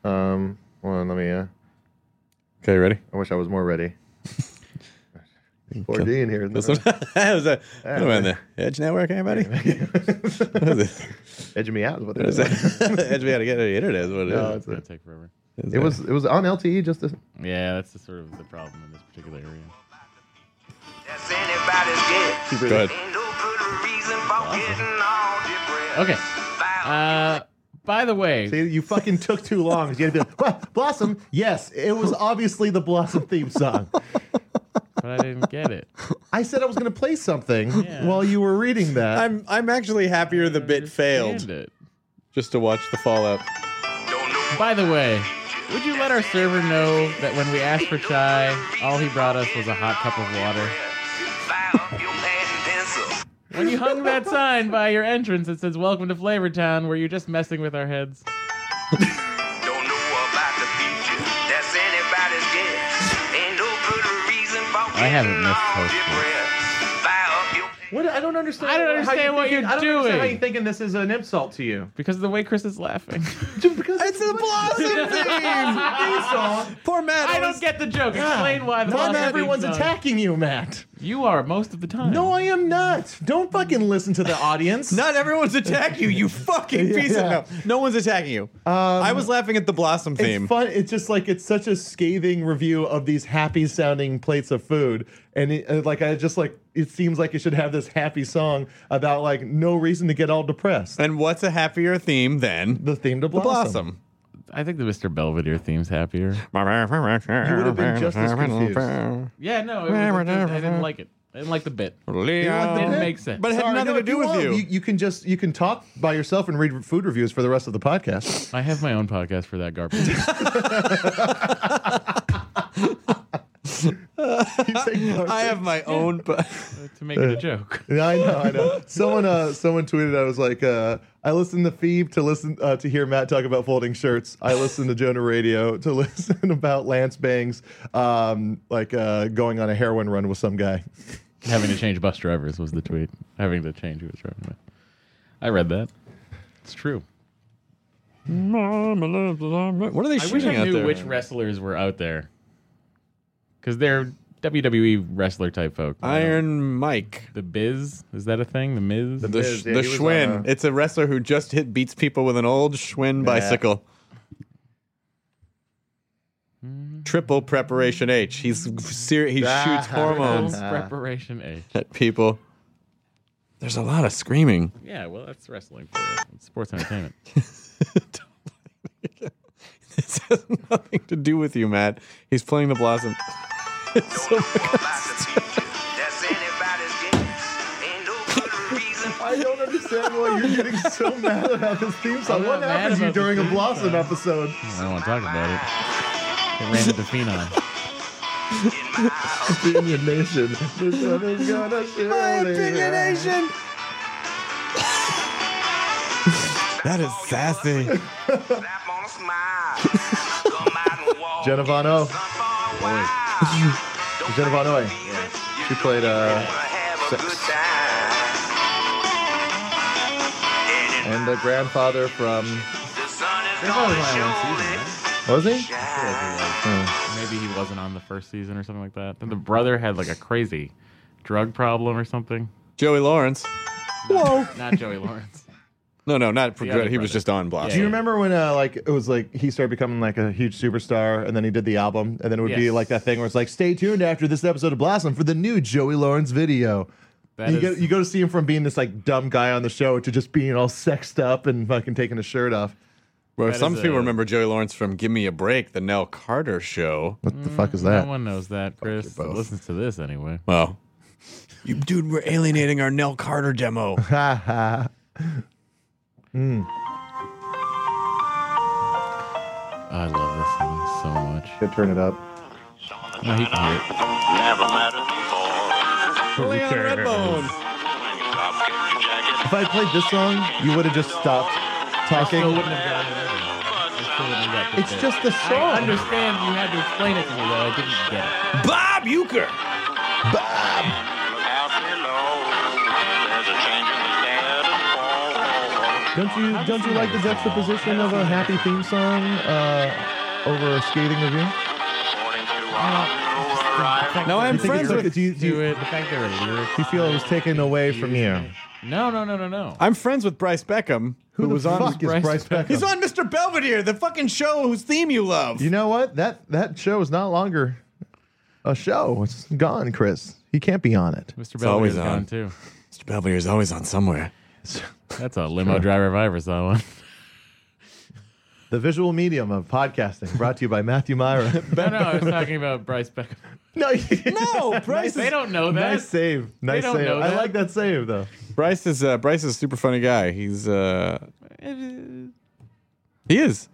S6: Um, hold on, let me. Uh,
S3: okay, ready?
S6: I wish I was more ready. 4D in here.
S3: This one? that was a, that was on the Edge Network, everybody? What is it?
S6: Edging me out is
S3: What
S6: what they're
S3: is
S6: doing.
S3: that? Edge, we gotta get it. The internet is what it
S6: No,
S3: is.
S6: it's
S8: It's gonna
S6: a-
S8: take forever.
S6: it was it was on LTE just this
S8: Yeah, that's the sort of the problem in this particular area.
S9: That's anybody's guess.
S3: Good.
S9: Ain't no
S1: reason about getting all depressed.
S8: Okay. Uh, by the way,
S6: See, you fucking took too long. You had to be like, "Well, Blossom, yes, it was obviously the Blossom theme song.
S8: but I didn't get it.
S6: I said I was going to play something
S8: Yeah.
S6: while you were reading that.
S3: I'm I'm actually happier the bit
S8: Damn
S3: failed
S8: it.
S3: just to watch the fallout.
S8: By the way, would you let our server know that when we asked for chai, all he brought us was a hot cup of water? When you hung that sign by your entrance that says "Welcome to Flavortown," were you just messing with our heads?
S1: Don't know about the future. That's anybody's guess. Ain't no good reason about
S8: I haven't
S1: getting
S8: missed
S1: all
S8: post yet.
S1: depressed. Fire up your
S10: What? I don't understand.
S8: I don't
S10: how
S8: understand
S10: you're
S8: what
S10: thinking-
S8: you're
S10: I don't understand how
S8: doing.
S10: you're thinking this is an insult to you.
S8: Because of the way Chris is laughing.
S10: Just because it's
S3: The blossom theme.
S10: insult.
S3: Poor Matt.
S8: I don't get the joke. Explain why the
S6: Not
S8: Boston
S6: everyone's
S8: theme song-
S6: attacking you, Matt.
S8: You are most of the time.
S6: No, I am not. Don't fucking listen to the audience.
S3: Not everyone's attacking you. You fucking piece of no. No one's attacking you. I was laughing at the blossom theme.
S6: Um, It's fun. It's just like it's such a scathing review of these happy sounding plates of food, and it, uh, like I just like it seems like it should have this happy song about like no reason to get all depressed.
S3: and what's a happier theme than
S6: The theme to
S3: the
S6: blossom.
S3: blossom?
S8: I think the Mr. Belvedere theme's happier.
S3: You
S6: would've been just as confused.
S8: Yeah, no, it was, I didn't- I didn't like it. I didn't like the bit.
S6: the
S8: Didn't
S6: bit?
S8: make sense.
S3: But it had
S6: Sorry,
S3: nothing
S6: no,
S3: to
S6: if
S3: do with
S6: want,
S3: you.
S6: you. You can just you can talk by yourself and read food reviews for the rest of the podcast.
S8: I have my own podcast for that garbage.
S6: You say garbage.
S3: I have my own. But
S8: to make it a joke.
S6: Yeah, I know, I know. Someone, uh, someone tweeted. I was like, uh, I listened to Phoebe to listen uh, to hear Matt talk about folding shirts. I listened to Jonah Radio to listen about Lance Bangs, um, like uh, going on a heroin run with some guy.
S8: Having to change bus drivers was the tweet. Having to change who was driving with. I read that. It's true.
S3: what are they
S8: I
S3: shooting
S8: wish I
S3: out
S8: knew
S3: there?
S8: which wrestlers were out there. Because they're WWE wrestler type folk.
S3: Iron Mike.
S8: The Biz? Is that a thing? The Miz?
S3: The,
S6: Miz,
S3: sh-
S6: yeah,
S3: the
S6: he was
S3: Schwinn.
S6: on a-
S3: It's a wrestler who just hit beats people with an old Schwinn bicycle.
S6: Hmm.
S3: Triple preparation H. He's serious. He shoots hormones
S8: Preparation A.
S3: at people. There's a lot of screaming.
S8: Yeah, well, that's wrestling for you. It's sports entertainment.
S3: This has nothing to do with you, Matt. He's playing the blossom. It's so-
S1: about the future. That's anybody's guess. Ain't no good reason
S6: I don't understand why you're getting so mad about this theme
S8: I'm
S6: song.
S8: not
S6: What
S8: mad
S6: happened to you
S8: about the
S6: during a
S8: theme
S6: Blossom
S8: song.
S6: episode?
S8: I don't want to talk about it. It ran into Phenom.
S1: in my house.
S6: Indignation. There's nothing gonna show me.
S3: that is sassy.
S1: Slap on a smile. Come out and walk.
S6: Jenna Von O.
S1: Sun for a while. Don't
S6: Jenna Von Oy.
S1: believe it.
S6: She played uh,
S1: Wanna have a
S6: Sex.
S1: good time. And in
S6: and the grandfather from
S1: The sun is
S8: They've always
S1: gonna
S8: only one
S1: surely
S8: season,
S6: was he?
S1: shine.
S8: right? Maybe he wasn't on the first season or something like that. Then the brother had like a crazy drug problem or something.
S3: Joey Lawrence.
S8: Not Joey Lawrence.
S3: No, no, not.
S8: other
S3: he was
S8: brother.
S3: just on blossom.
S6: Do you remember when uh, like it was like he started becoming like a huge superstar and then he did the album and then it would be
S8: Yes.
S6: like that thing where it's like stay tuned after this episode of Blossom for the new Joey Lawrence video.
S8: That
S6: you,
S8: is-
S6: go, you go to see him from being this like dumb guy on the show to just being all sexed up and fucking taking his shirt off.
S3: Well,
S8: That is
S3: some people
S8: a-
S3: remember Joey Lawrence from "Give Me a Break," the Nell Carter show.
S6: What the fuck is
S8: No
S6: that?
S8: one knows that, Chris.
S6: both.
S8: Listens to this anyway.
S3: Well, you, dude, we're alienating our Nell Carter demo.
S6: Ha ha.
S8: I love this song so much.
S6: Should turn it up.
S8: No, he can hear it.
S1: Never mattered before.
S3: Leon Redbone.
S6: If I played this song, you would have just stopped
S8: Still
S6: talking.
S8: wouldn't have gotten it. anyway. Still wouldn't have gotten
S6: It's
S8: it.
S6: just the
S8: I
S6: song.
S8: understand you had to explain it to me, though. I didn't get it.
S3: Bob Euchre.
S6: Don't you don't you like the juxtaposition of a happy theme song uh, over a skating review?
S3: Now I'm
S6: You think
S3: friends
S6: it's okay-
S3: with
S6: do you- do you-
S8: Do it. The fact there are lyrics.
S6: You feel it was taken away from you.
S8: No, no, no, no, no.
S3: I'm friends with Bryce Beckham, who,
S6: Who
S3: was
S6: the
S3: on.
S6: fuck is
S8: Bryce
S6: Bryce Beckham?
S3: He's on Mr. Belvedere, the fucking show whose theme you love.
S6: You know what? That that show is not longer a show. It's gone, Chris. He can't be on it.
S8: Mr.
S3: always
S8: Belvedere's gone
S3: on.
S8: too.
S3: Mr. Belvedere's always on somewhere.
S8: That's a limo driver if I ever saw one.
S6: The visual medium of podcasting brought to you by Matthew Myra.
S8: No, no, I was talking about Bryce Beckham.
S6: no,
S3: no,
S8: Bryce. They don't know that.
S6: Nice save. Nice
S8: don't
S6: save.
S8: know
S6: I
S8: that.
S6: like that save though.
S3: Bryce is uh, Bryce is a super funny guy. He's uh, he is.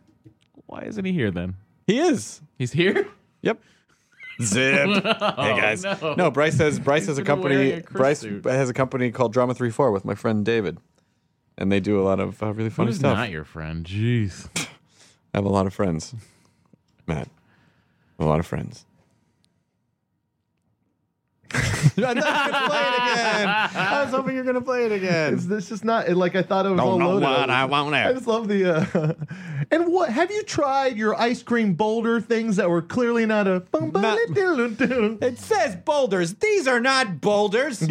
S8: Why isn't he here then?
S3: He is.
S8: He's here. Oh,
S3: Yep. Zip. hey
S6: Oh,
S3: guys.
S8: no.
S3: Bryce has Bryce has a
S8: been wearing
S3: company.
S8: a Chris
S3: Bryce
S8: suit.
S3: has a company called Drama Three Four with my friend David, and they do a lot of uh, really funny
S8: Who's
S3: stuff.
S8: not your friend? Jeez.
S3: I have a lot of friends, Matt. A lot of friends. I was hoping you're gonna play it again.
S6: It's, it's just not it- like I thought it was
S3: Don't
S6: all
S3: know
S6: loaded.
S3: what I
S6: just-
S3: want it.
S6: I just love the. Uh, and what have you tried your ice cream boulder things that were clearly not a.
S11: It says boulders. These are not boulders. the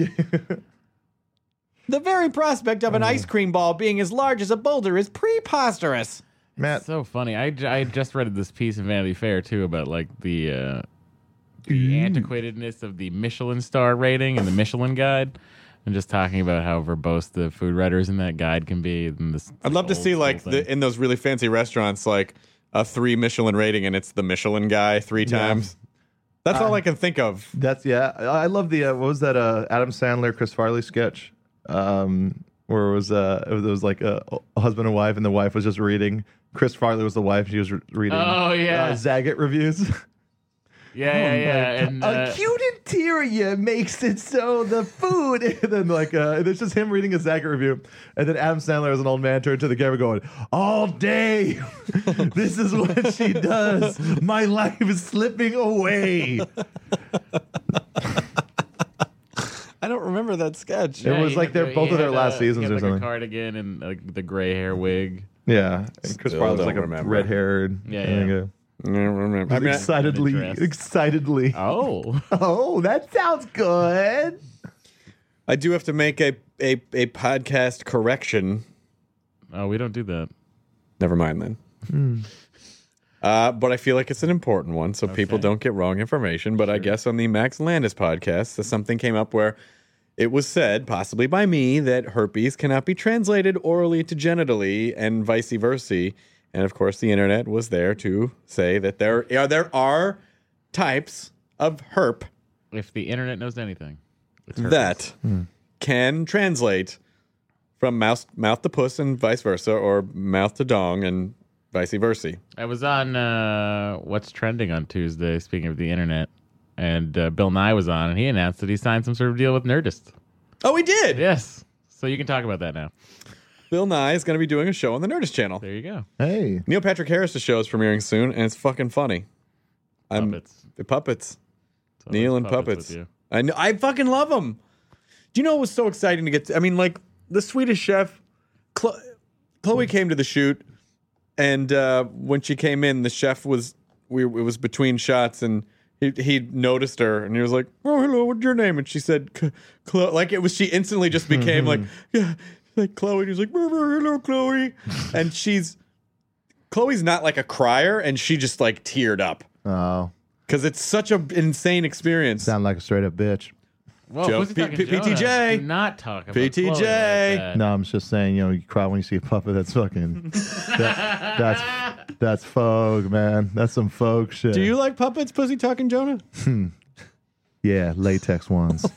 S11: very prospect
S3: Uh-huh.
S11: of an ice cream ball being as large as a boulder is preposterous.
S6: Matt.
S8: so funny. I, j- I just read this piece in Vanity Fair too about like the uh, the
S6: Mm.
S8: antiquatedness of the Michelin star rating and the Michelin guide. And just talking about how verbose the food writers in that guide can be. And this,
S3: I'd love to see like the, in those really fancy restaurants like a three Michelin rating and it's the Michelin guy three times. That's
S11: Uh,
S3: all I can think of.
S6: That's yeah. I I love the uh, what was that? Uh, Adam Sandler, Chris Farley sketch, um, where it was uh, it was, it was like a, a husband and wife, and the wife was just reading. Chris Farley was the wife; she was re- reading.
S8: Oh, yeah.
S6: uh, Zagat reviews.
S8: yeah, yeah, yeah. And, uh,
S6: a cute interior makes it so the food. and then like uh, and it's just him reading a Zagat review, and then Adam Sandler as an old man turned to the camera going, "All day, this is what she does. My life is slipping away."
S3: I don't remember that sketch.
S6: It was
S8: he
S6: like
S8: had
S6: their-
S8: the-
S6: both
S8: he
S6: of their
S8: had,
S6: last
S8: uh,
S6: seasons
S8: he had,
S6: or
S8: like,
S6: something.
S8: A cardigan and like the gray hair wig.
S6: Yeah, and Chris
S3: Still
S6: Farley's
S3: don't
S6: like a
S3: remember.
S6: red haired.
S8: Yeah,
S3: I don't remember. I mean, I-
S6: uh, excitedly,
S3: Dressed.
S6: excitedly.
S8: Oh,
S6: oh, that sounds good.
S3: I do have to make a, a, a podcast correction.
S8: Oh, we don't do that.
S3: Never mind then. Uh, but I feel like it's an important one, so people don't get wrong information. But I guess on the Max Landis podcast, that something came up where it was said, possibly by me, that herpes cannot be translated orally to genitally and vice versa. And of course, the internet was there to say that there are, there are types of herp
S8: If the internet knows anything, it's herpes.
S3: that can translate from mouth mouth to puss and vice versa, or mouth to dong and vice versa.
S8: I was on uh, What's Trending on Tuesday, speaking of the internet, and uh, Bill Nye was on, and he announced that he signed some sort of deal with Nerdist.
S3: Oh, he did.
S8: Yes. So you can talk about that now.
S3: Bill Nye is going to be doing a show on the Nerdist channel.
S8: There you go.
S6: Hey,
S3: Neil Patrick Harris' show is premiering soon, and it's fucking funny.
S6: Um,
S3: I'm,
S8: Puppets.
S3: The puppets.
S8: always
S3: Neil and
S8: puppets
S3: puppets.
S8: with you.
S3: I know. I fucking love them. Do you know it was so exciting to get? To, I mean, like the Swedish Chef. Chlo-
S8: Mm.
S3: Chloe came to the shoot, and uh, when she came in, the chef was we it was between shots, and he he noticed her, and he was like, "Oh, hello, what's your name?" And she said, "C- "Chloe." Like it was, she instantly just became like, "Yeah, like Chloe." And he was like, "Brr, brr, "Hello, Chloe," and she's Chloe's not like a crier, and she just like teared up
S6: Oh,
S3: because it's such an insane experience.
S6: sound like a straight up bitch.
S8: Whoa,
S3: Joe-
S8: who's he
S3: P-
S8: talking
S3: P-
S8: to? Jonah?
S3: PTJ.
S8: Do not talk about
S3: PTJ.
S8: Chloe like that.
S6: No, I'm just saying, you know, you cry when you see a puppet. That's fucking. that, that's that's folk, man. That's some folk shit.
S3: Do you like puppets, pussy talking Jonah?
S6: Yeah, latex ones.
S3: Uh,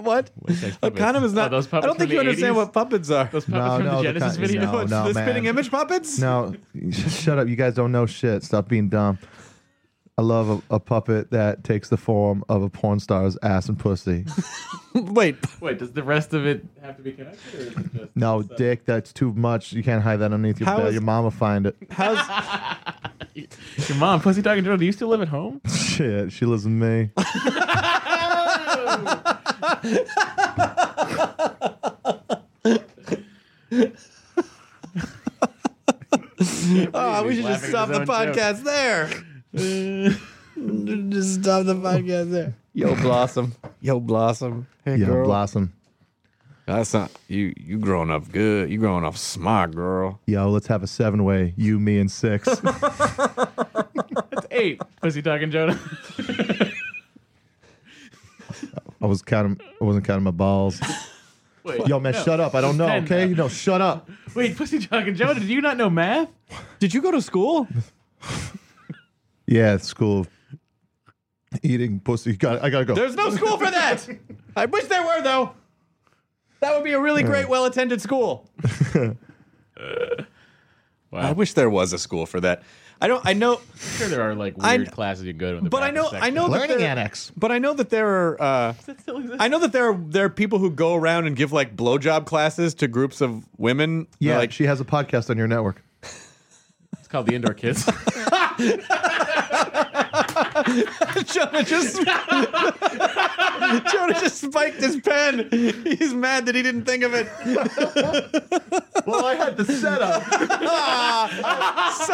S3: What? A
S8: puppets.
S3: condom is
S8: Oh,
S3: not.
S8: those
S3: I
S8: puppets
S3: don't think
S8: from
S3: you
S8: the
S3: understand
S8: 80s?
S3: what puppets are.
S8: Those
S6: No,
S8: puppets from
S6: no,
S8: the
S6: the
S8: Genesis
S6: kind-
S8: video.
S6: no,
S3: It's
S6: no,
S3: the
S6: man.
S3: spinning image puppets.
S6: No, shut up. You guys don't know shit. Stop being dumb. I love a, a puppet that takes the form of a porn star's ass and pussy.
S3: Wait.
S8: Wait, does the rest of it have to be connected, or is it just
S6: No, dick, that's too much. You can't hide that underneath your
S3: How
S6: bed.
S3: is-
S6: your mom will find it.
S3: How's
S8: your mom, pussy talking Joe? Do you still live at home?
S6: Shit, she lives with me.
S3: oh, we should just
S8: laughing at
S3: stop the podcast
S8: his own
S3: there. just stop the podcast there. Yo, Blossom. Yo, Blossom. Hey,
S6: Yeah,
S3: girl.
S6: Blossom.
S3: That's not you. You growing up good. You growing up smart, girl.
S6: Yo, let's have a seven way. You, me, and six.
S8: That's eight. Pussy talking Jonah.
S6: I was counting. I wasn't counting my balls.
S8: Wait,
S6: Yo, man,
S8: no.
S6: shut up. I don't know,
S8: Then,
S6: okay? No, shut up.
S8: Wait, Pussy Dog and Joe, did you not know math?
S12: Did you go to school?
S6: Yeah, school of eating pussy. Got, I gotta go.
S12: There's no school for that. I wish there were though. That would be a really great, well-attended school.
S3: I wish there was a school for that. I don't. I know.
S8: sure, there are like
S3: I-
S8: weird classes you can go to. In the
S3: But I know. I know. that there- But I know that there are. Uh, I know that there are there are people who go around and give like blowjob classes to groups of women.
S6: Yeah,
S3: Like,
S6: she has a podcast on your network.
S8: It's called the Indoor Kids.
S12: Jonah just
S3: Jonah just spiked his pen. He's mad that he didn't think of it.
S6: well, I had the setup.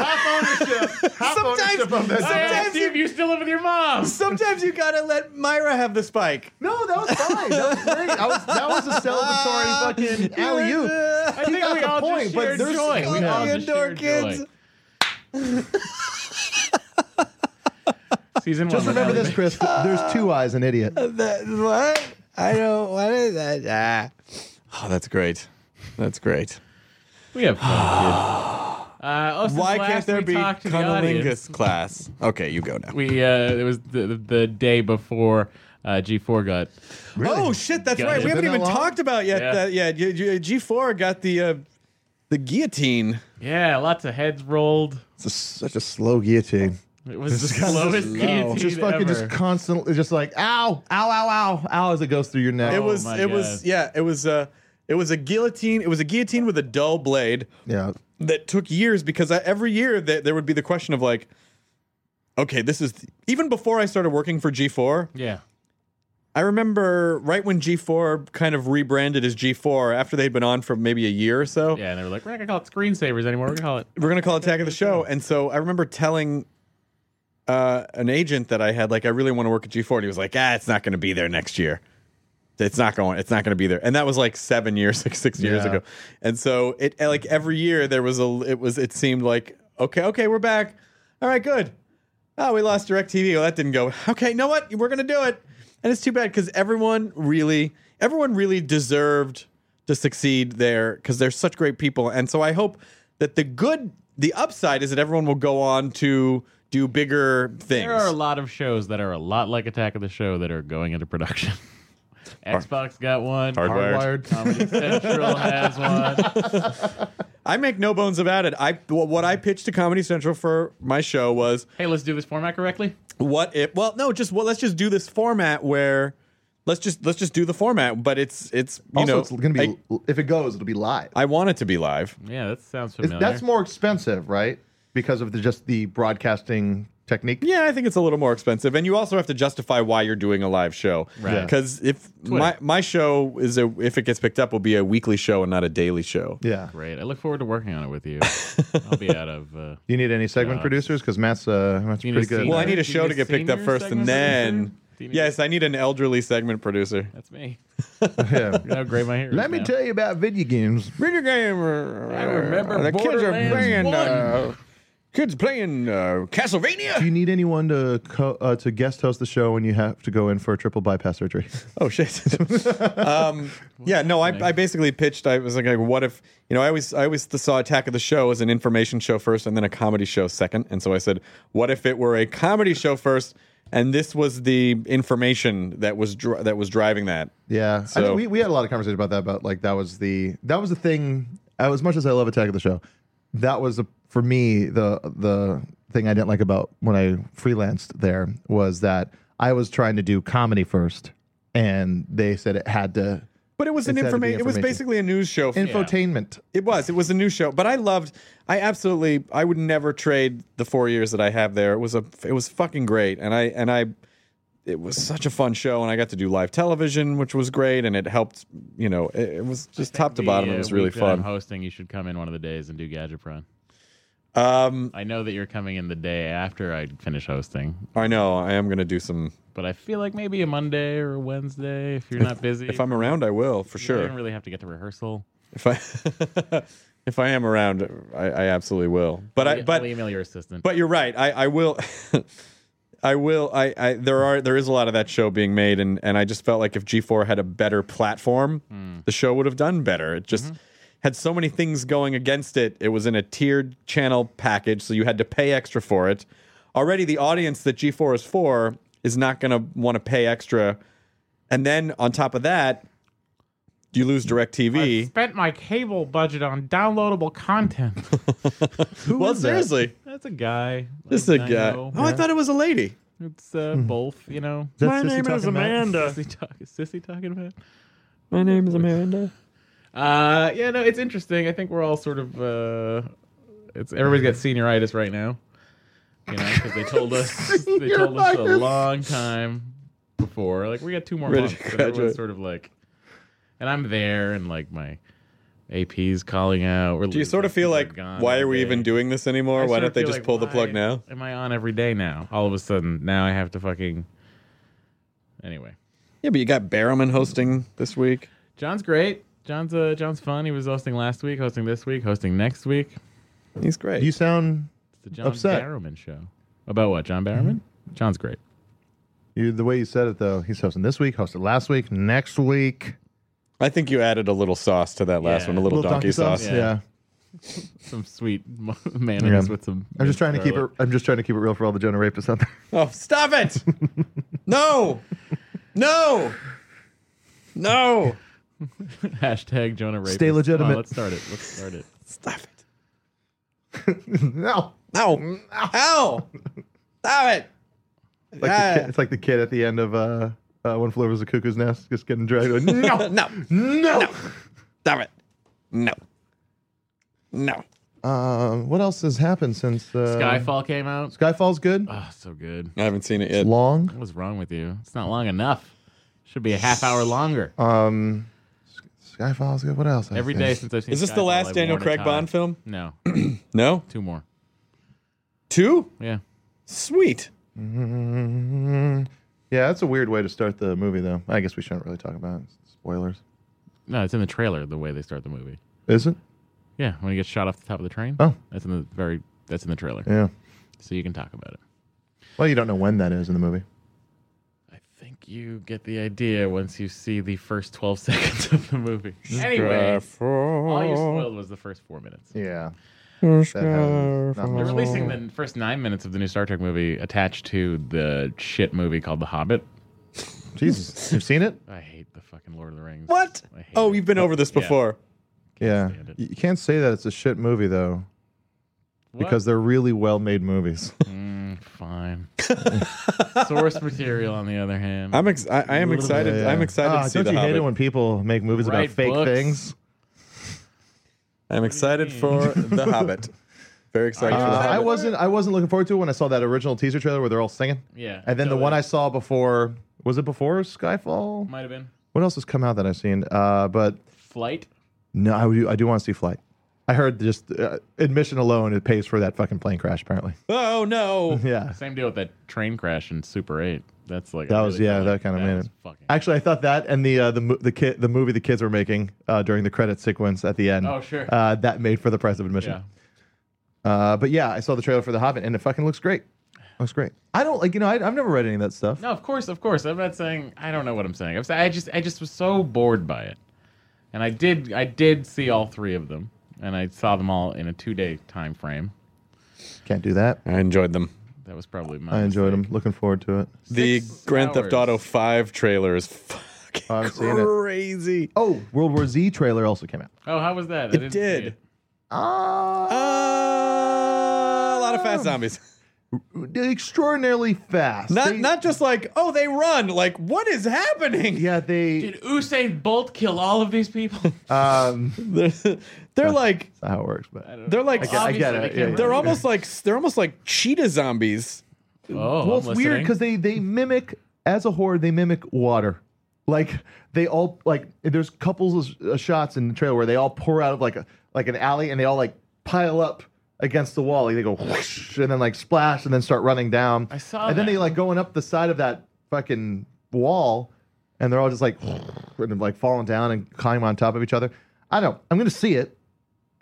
S12: Half ownership.
S3: sometimes,
S12: ownership of that. I asked
S3: sometimes
S8: you, you still live with your mom.
S3: Sometimes you gotta let Myra have the spike.
S6: No, that was fine. That was great. I was, that was a celebratory fucking alley oop.
S3: Uh,
S8: I
S6: You
S8: think
S6: got
S8: we
S6: the
S8: all just
S6: point, but
S8: shared
S6: there's
S8: joy. We
S6: fucking
S8: all just
S6: indoor
S8: shared
S6: kids.
S8: joy. Season
S6: Just
S8: one.
S6: remember this, Chris. There's two eyes, an idiot.
S3: That, what? I don't. What is that? Ah. Oh, that's great. That's great.
S8: We have fun, kids. Uh, oh, since
S3: Why
S8: last
S3: can't there
S8: we
S3: be
S8: talked to the audience,
S3: cunnilingus class? Okay, you go now.
S8: We uh, it was the, the- the day before uh, G4 got.
S3: Oh shit, that's
S8: Got
S3: right.
S8: it.
S3: We
S8: Has it
S3: haven't
S8: been
S3: even
S8: that long?
S3: talked about yet.
S8: Yeah.
S3: That, yeah, G four got the uh, the guillotine.
S8: Yeah, lots of heads rolled.
S6: It's a, such a slow guillotine.
S8: It was the
S6: This guy's
S8: slowest
S6: just
S8: guillotine
S6: Just fucking
S8: ever.
S6: just constantly, just like, ow, ow, ow, ow, ow, as it goes through your neck.
S3: It was.
S8: Oh my
S3: It was.
S8: God.
S3: Yeah. It was. Uh, it was a guillotine. It was a guillotine with a dull blade
S6: yeah.
S3: that took years because I, every year that there would be the question of like, okay, this is even before I started working for G four.
S8: Yeah.
S3: I remember right when G4 kind of rebranded as G4 after they'd been on for maybe a year or so.
S8: Yeah, and they were like, we're not gonna call it screensavers anymore. We're gonna call it.
S3: We're going to call it Attack of the Show. And so I remember telling uh, an agent that I had, like, I really want to work at G4. And he was like, ah, it's not going to be there next year. It's not going, it's not going to be there. And that was like seven years, like six years
S6: Yeah.
S3: ago. And so it, like, every year there was a, it was, it seemed like, okay, okay, we're back. All right, good. Oh, we lost DirecTV. Well, that didn't go. Okay, you know what? We're gonna do it. And it's too bad because everyone really, everyone really deserved to succeed there because they're such great people. And so I hope that the good, the upside is that everyone will go on to do bigger things.
S8: There are a lot of shows that are a lot like Attack of the Show that are going into production. Xbox got one.
S6: Hardwired.
S8: Comedy Central has one.
S3: I make no bones about it. I what I pitched to Comedy Central for my show was
S8: Hey, let's do this format correctly.
S3: what if well no just well let's just do this format where let's just let's just do the format but it's it's you
S6: also,
S3: know
S6: it's going to be,
S3: I-
S6: if it goes, it'll be live.
S3: I want it to be live.
S8: Yeah, that sounds
S6: It's-
S8: familiar.
S6: that's more expensive, right? Because of the, just the broadcasting technique.
S3: Yeah, I think it's a little more expensive, and you also have to justify why you're doing a live show.
S8: Right.
S3: Because if
S8: Twitter.
S3: my my show is a if it gets picked up, will be a weekly show and not a daily show.
S6: Yeah.
S8: Great. I look forward to working on it with you. I'll be out of. Uh,
S6: Do you need any segment
S8: Yeah.
S6: producers? Because Matt's, uh, Matt's
S8: You need
S6: pretty
S8: a
S6: good.
S8: senior?
S3: Well, I need
S8: Do you
S3: a show
S8: need
S3: to
S8: a
S3: get picked up
S8: senior
S3: first, and
S8: segment
S3: then
S8: producer? Do you need
S3: yes, I need an elderly segment producer.
S8: that's me.
S6: Yeah.
S8: You know how gray my hair is
S6: Let me
S8: now.
S6: tell you about video games.
S3: Video game. I
S8: remember uh, the kids are Borderlands playing, 1. uh,
S3: kids playing uh,
S6: Do
S3: Castlevania.
S6: you need anyone to co- uh, to guest host the show when you have to go in for a triple bypass surgery?
S3: Oh shit. um, yeah, no, I, I basically pitched. I was like, like, what if you know? I always I always saw Attack of the Show as an information show first, and then a comedy show second. And so I said, what if it were a comedy show first, and this was the information that was dri- that was driving that?
S6: Yeah, I
S3: So-
S6: mean, we we had a lot of conversation about that. But like that was the that was the thing. As much as I love Attack of the Show, that was the, for me the the thing I didn't like about when I freelanced there was that I was trying to do comedy first, and they said it had to
S3: But it was
S6: It's
S3: an
S6: had to be
S3: information. It was
S6: information.
S3: basically a news show.
S6: infotainment.
S3: It was. It was a new show, but I loved. I absolutely. I would never trade the four years that I have there. It was a. It was fucking great, and I and I. It was such a fun show, and I got to do live television, which was great, and it helped. You know, it, it was just top to
S8: The,
S3: bottom.
S8: uh,
S3: It was really
S8: week that I'm
S3: fun.
S8: hosting, you should come in one of the days and do Gadgetron.
S3: Um,
S8: I know that you're coming in the day after I finish hosting,
S3: I know. I am gonna do some.
S8: but I feel like maybe a Monday or a Wednesday if you're not busy.
S3: If I'm around, I will for
S8: You
S3: sure.
S8: don't really have to get to rehearsal.
S3: If I. If I am around, I, I absolutely will. But I,
S8: I'll
S3: but
S8: email your assistant.
S3: But you're right. I, I will. I will. I, I there are there is a lot of that show being made, and and I just felt like if G4 had a better platform, the show would have done better. It just had so many things going against it. It was in a tiered channel package, so you had to pay extra for it. Already, the audience that G4 is for is not going to want to pay extra, and then on top of that, you lose DirecTV.
S8: Spent my cable budget on downloadable content.
S3: well, seriously,
S8: That's a guy.
S3: this is a
S8: Like,
S3: guy.
S8: know.
S3: Oh, I thought it was a lady.
S8: It's uh, both, you know.
S3: That's My Sissy name Hmm. is talking about? Amanda.
S8: Sissy, talk- is Sissy talking about?
S3: My name is Amanda.
S8: Uh, yeah, no, it's interesting. I think we're all sort of uh, it's everybody's got senioritis right now. You know, because they told us they told us a
S11: Senioritis.
S8: long time before, like we got two more
S11: Ready to
S8: months. And everyone's
S11: graduate.
S8: sort of like, and I'm there, and like my AP's calling out. We're
S3: Do you sort of feel like why are we even doing this anymore?
S8: I
S3: Why
S8: sort
S3: don't
S8: of
S3: they
S8: feel
S3: just
S8: like,
S3: pull the plug
S8: why
S3: now?
S8: Am I on every day now? All of a sudden, now I have to fucking. Anyway,
S3: Yeah, but you got Barrowman hosting this week.
S8: John's great. John's uh, John's fun. He was hosting last week, hosting this week, hosting next week.
S3: He's great.
S6: You sound
S8: It's the John
S6: upset. Mm-hmm.
S8: Barrowman show. About what? John Barrowman? John's great.
S6: You, the way you said it though, he's hosting this week, hosted last week, next week.
S3: I think you added a little sauce to that last
S8: Yeah.
S3: one, a little,
S6: Little
S3: donkey,
S6: donkey
S3: sauce.
S6: sauce, yeah.
S8: Some sweet mo- mayonnaise
S6: Yeah.
S8: with some.
S6: I'm just trying to keep it. I'm just trying to keep it real for all the Jonah rapists out there.
S3: Oh, stop it! no, no, no!
S8: Hashtag Jonah Rapist.
S6: Stay
S8: Come on,
S6: legitimate.
S8: let's start it. Let's start it.
S3: Stop it!
S6: No,
S3: no, no! Stop it!
S6: Like the kid, it's like the kid at the end of uh, uh, One Flew Over the Cuckoo's Nest, just getting dragged. Like, no,
S3: no,
S6: no,
S3: stop it, no, no.
S6: Um, what else has happened since uh,
S8: Skyfall came out.
S6: Skyfall's good.
S8: Oh, so good.
S3: I haven't seen it yet.
S6: It's long.
S8: What was wrong with you? It's not long enough. Should be a half hour longer.
S6: Um, Skyfall's good. What else?
S8: Every day since I've seen.
S3: Is this the
S8: Skyfall,
S3: last
S8: I've
S3: Daniel
S8: worn a
S3: Craig
S8: tie.
S3: Bond film?
S8: No,
S3: No,
S8: two more.
S3: two.
S8: Yeah.
S3: Sweet.
S6: Mm, Yeah, that's a weird way to start the movie, though. I guess we shouldn't really talk about it. spoilers.
S8: No, it's in the trailer. The way they start the movie.
S6: Is it?
S8: Yeah, when he gets shot off the top of the train.
S6: Oh.
S8: that's in the very. That's in the trailer.
S6: Yeah.
S8: So you can talk about it.
S6: Well, you don't know when that is in the movie.
S8: think you get the idea once you see the first 12 seconds of the movie. Anyway, all you spoiled was the first four minutes.
S6: Yeah.
S8: They're releasing the first nine minutes of the new Star Trek movie attached to the shit movie called The Hobbit.
S6: Jesus, you've seen it?
S8: I hate the fucking Lord of the Rings.
S3: What? Oh, we've been over this
S8: Yeah.
S3: before.
S6: Yeah. You you can't say that it's a shit movie though,
S8: What?
S6: because they're really well-made movies.
S8: Mm, fine. Source material, on the other hand.
S3: I'm ex- I, I am excited.
S6: Yeah.
S3: I'm excited
S6: Ah,
S3: to see
S6: don't
S3: the
S6: you hate
S3: Hobbit.
S6: it when people make movies
S8: Write
S6: about fake
S8: books.
S6: things?
S3: I'm excited for the Hobbit. Very excited for the
S6: Uh, I
S3: Hobbit.
S6: wasn't. I wasn't looking forward to it when I saw that original teaser trailer where they're all singing.
S8: Yeah,
S6: And then
S8: so
S6: the one
S8: it-
S6: I saw before was it before Skyfall?
S8: Might have been.
S6: What else has come out that I've seen? Uh, but
S8: Flight.
S6: no, I do. I do want to see Flight. I heard just uh, admission alone it pays for that fucking plane crash. Apparently.
S3: Oh no!
S6: Yeah.
S8: Same deal with that train crash in Super 8. That's like. I
S6: That was
S8: really
S6: yeah,
S8: felt like
S6: that kind of made
S8: was
S6: it.
S8: fucking-
S6: Actually, I thought that and the uh, the mo- the kid the movie the kids were making uh, during the credit sequence at the end.
S8: Oh, sure.
S6: Uh, that made for the price of admission. Uh, but yeah, I saw the trailer for The Hobbit and it fucking looks great. Looks great. I don't like you know I, I've never read any of that stuff.
S8: No, of course, of course. I'm not saying I don't know what I'm saying. I'm saying I just I just was so bored by it, and I did I did see all three of them, and I saw them all in a two day time frame.
S6: Can't do that.
S3: I enjoyed them.
S8: That was probably my.
S6: I enjoyed them. Looking forward to it.
S3: The
S8: Six
S3: Grand Theft
S8: hours.
S3: Auto Five trailer is fucking
S6: Oh, I haven't seen it.
S3: crazy.
S6: Oh, World War Z trailer also came out.
S8: Oh, how was that? I
S3: It
S8: didn't see
S3: did.
S8: it.
S3: Ah. Uh, a lot of
S6: Um,
S3: fast zombies.
S6: Extraordinarily fast.
S3: Not
S6: They-
S3: not just like oh they run. Like what is happening?
S6: yeah they
S8: Did Usain Bolt kill all of these people?
S6: um
S3: They're, they're like
S6: that's not how it works but
S3: they're like
S6: get- I get it,
S8: Obviously, they
S6: yeah,
S8: can't
S6: yeah.
S3: they're
S8: run.
S3: almost like they're almost like cheetah zombies.
S8: Oh,
S6: well,
S8: I'm
S6: it's weird
S8: listening.
S6: because they they mimic as a horde. They mimic water. Like they all like there's couples of uh, shots in the trailer where they all pour out of like a like an alley and they all like pile up against the wall. Like they go whoosh and then like splash and then start running down.
S8: I saw
S6: And
S8: that.
S6: then they like going up the side of that fucking wall, and they're all just like and they're, like falling down and climbing on top of each other. I don't. know. I'm gonna see it.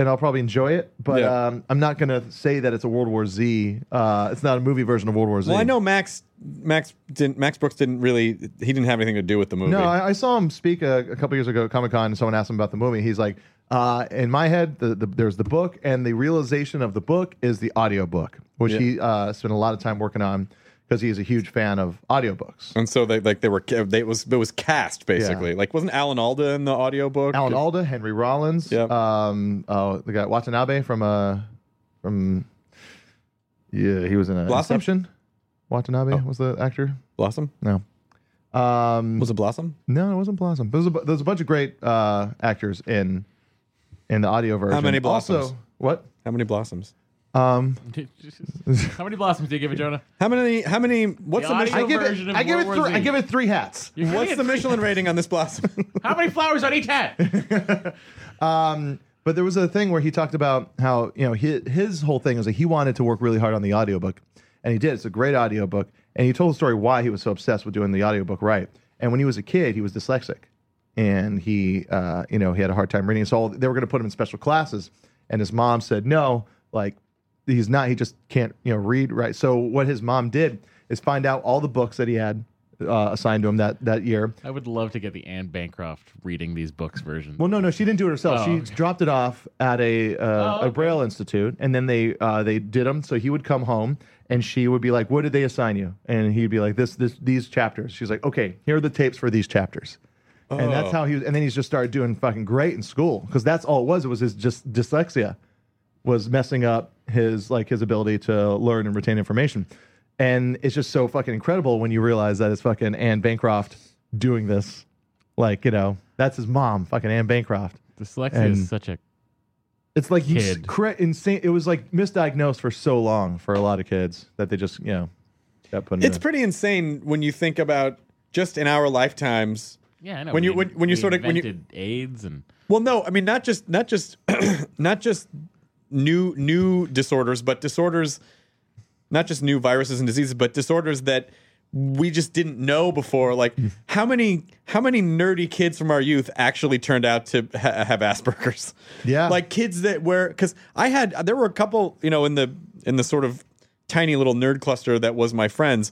S6: and I'll probably enjoy it. But
S3: Yeah.
S6: um, I'm not gonna say that it's a World War Z. Uh, it's not a movie version of World War Z.
S3: Well, I know Max Max didn't Max Brooks didn't really he didn't have anything to do with the movie.
S6: No, I, I saw him speak a, a couple years ago at Comic Con, and someone asked him about the movie. He's like, uh, in my head, the, the, there's the book, and the realization of the book is the audiobook, which
S3: Yeah.
S6: he uh, spent a lot of time working on because he is a huge fan of audiobooks.
S3: and so they like they were they it was it was cast basically. Like wasn't Alan Alda in the audiobook?
S6: Alan Alda, Henry Rollins, um, oh, the guy Watanabe from uh, from yeah, he was in a
S3: Blossom? Oh.
S6: Inception. Watanabe was the actor.
S3: Blossom?
S6: No. Um,
S3: was it Blossom?
S6: No, it wasn't Blossom. There's a, bu- there's a bunch of great uh, actors in in the audio version.
S3: How many blossoms?
S6: Also, what?
S3: How many blossoms?
S6: um,
S8: How many blossoms do you give it, Jonah?
S3: How many? How many? What's the,
S8: audio
S3: Michelin?
S8: version of World War Z.
S6: it three hats.
S8: You're giving
S3: What's
S8: it
S3: the
S8: three-
S3: Michelin rating on this blossom?
S8: How many flowers on each hat?
S6: Um, but there was a thing where he talked about how you know his, his whole thing is that he wanted to work really hard on the audiobook, and he did. It's a great audiobook, and he told the story why he was so obsessed with doing the audiobook right. And when he was a kid, he was dyslexic, and he uh, you know he had a hard time reading. So they were going to put him in special classes, and his mom said no, like he's not. He just can't you know read right. So what his mom did is find out all the books that he had uh, assigned to him that that year,
S8: I would love to get the Anne Bancroft reading these books version.
S6: well, no, no, she didn't do it herself.
S8: Oh,
S6: she
S8: okay. Oh,
S6: dropped it off at a uh, a Braille institute, and then they uh, they did them. So he would come home, and she would be like, "What did they assign you?" And he'd be like, "This, this, these chapters." She's like, "Okay, here are the tapes for these chapters." And that's
S3: Oh.
S6: how he. was- And then he's just started doing fucking great in school because that's all it was. It was his just dyslexia was messing up his like his ability to learn and retain information. And it's just so fucking incredible when you realize that it's fucking Anne Bancroft doing this. Like, you know, that's his mom, fucking Anne Bancroft.
S8: Dyslexia
S6: And
S8: is such a
S6: it's like you s-
S8: kid.
S6: cra- insane. It was like misdiagnosed for so long for a lot of kids that they just, you know, got put in.
S3: It's pretty insane when you think about just in our lifetimes.
S8: yeah. I know.
S3: When you
S8: We-
S3: when, when you
S8: we
S3: sort of when you
S8: invented AIDS and
S3: Well, no, I mean not just not just not just new new disorders, but disorders not just new viruses and diseases, but disorders that we just didn't know before. Like how many how many nerdy kids from our youth actually turned out to ha- have Asperger's?
S6: Yeah.
S3: like kids that were because I had there were a couple you know in the in the sort of tiny little nerd cluster that was my friends.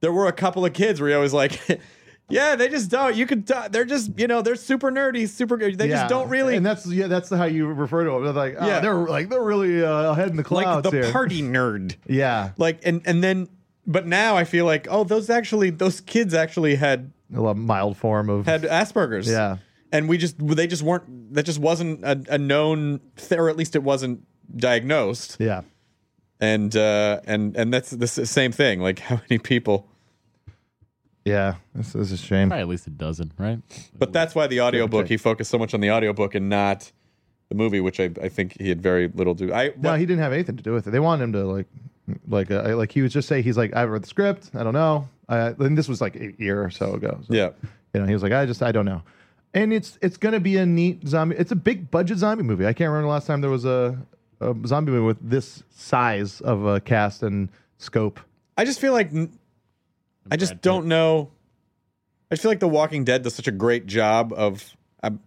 S3: There were a couple of kids where I was like. Yeah, they just don't. You could. t- They're just, you know, they're super nerdy, super. They just don't really.
S6: And that's yeah, that's how you refer to them. They're like, oh,
S3: Yeah.
S6: they're like they're really uh, ahead in the clouds
S3: like the
S6: here.
S3: party nerd.
S6: Yeah,
S3: Like and and then but now I feel like oh those actually those kids actually had
S6: a little mild form of
S3: had Asperger's.
S6: Yeah.
S3: And we just they just weren't that just wasn't a, a known th- or at least it wasn't diagnosed.
S6: Yeah.
S3: And uh and and that's the s- same thing like how many people
S6: yeah. This is a shame.
S8: Probably at least a dozen, right?
S3: But that's why the audiobook he focused so much on the audiobook and not the movie which I, I think he had very little to I
S6: No, he didn't have anything to do with it. They wanted him to like, like, uh, like he was just say he's like, I read the script. I don't know. Uh, and this was like a year or so ago. So,
S3: Yeah.
S6: you know, he was like, I just, I don't know. And it's it's gonna be a neat zombie. It's a big budget zombie movie. I can't remember the last time there was a, a zombie movie with this size of a cast and scope.
S3: I just feel like n- I just don't know. I just feel like The Walking Dead does such a great job of. I'm,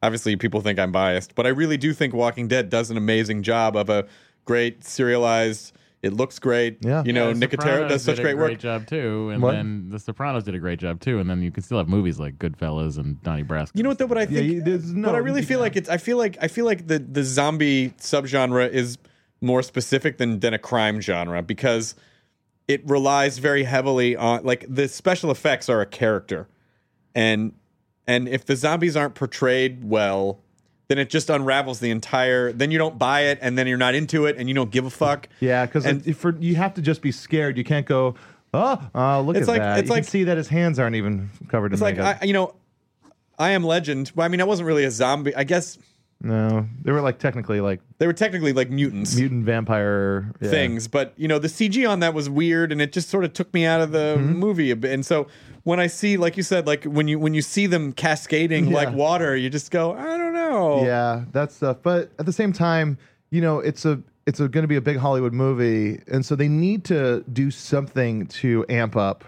S3: obviously, people think I'm biased, but I really do think Walking Dead does an amazing job of a great serialized. It looks great.
S8: Yeah.
S3: You know,
S8: The
S3: Nicotero does
S8: Sopranos
S3: such
S8: did a
S3: great work.
S8: Great job too, and
S3: What?
S8: then The Sopranos did a great job too, and then you can still have movies like Goodfellas and Donnie Brasco.
S3: You know what though? But I think. but I really feel like it's. I feel like I feel like the the zombie subgenre is more specific than than a crime genre because it relies very heavily on like the special effects are a character, and and if the zombies aren't portrayed well. Then it just unravels the entire. Then you don't buy it, and then you're not into it, and you don't give a fuck.
S6: Yeah, because
S3: And-
S6: for you have to just be scared. You can't go. Oh, oh look
S3: It's
S6: at
S3: like-
S6: that.
S3: it's
S6: you
S3: like-
S6: can see that his hands aren't even covered
S3: It's
S6: in
S3: like
S6: makeup.
S3: I, you know, I am Legend. Well, I mean, I wasn't really a zombie. I guess
S6: No, they were like technically like
S3: they were technically like mutants,
S6: mutant vampire yeah.
S3: things. But you know, the CG on that was weird, and it just sort of took me out of the
S6: Mm-hmm.
S3: movie a bit. And so when I see, like you said, like when you when you see them cascading
S6: Yeah.
S3: like water, you just go, I don't know.
S6: Yeah, that stuff. But at the same time, you know, it's a it's going to be a big Hollywood movie, and so they need to do something to amp up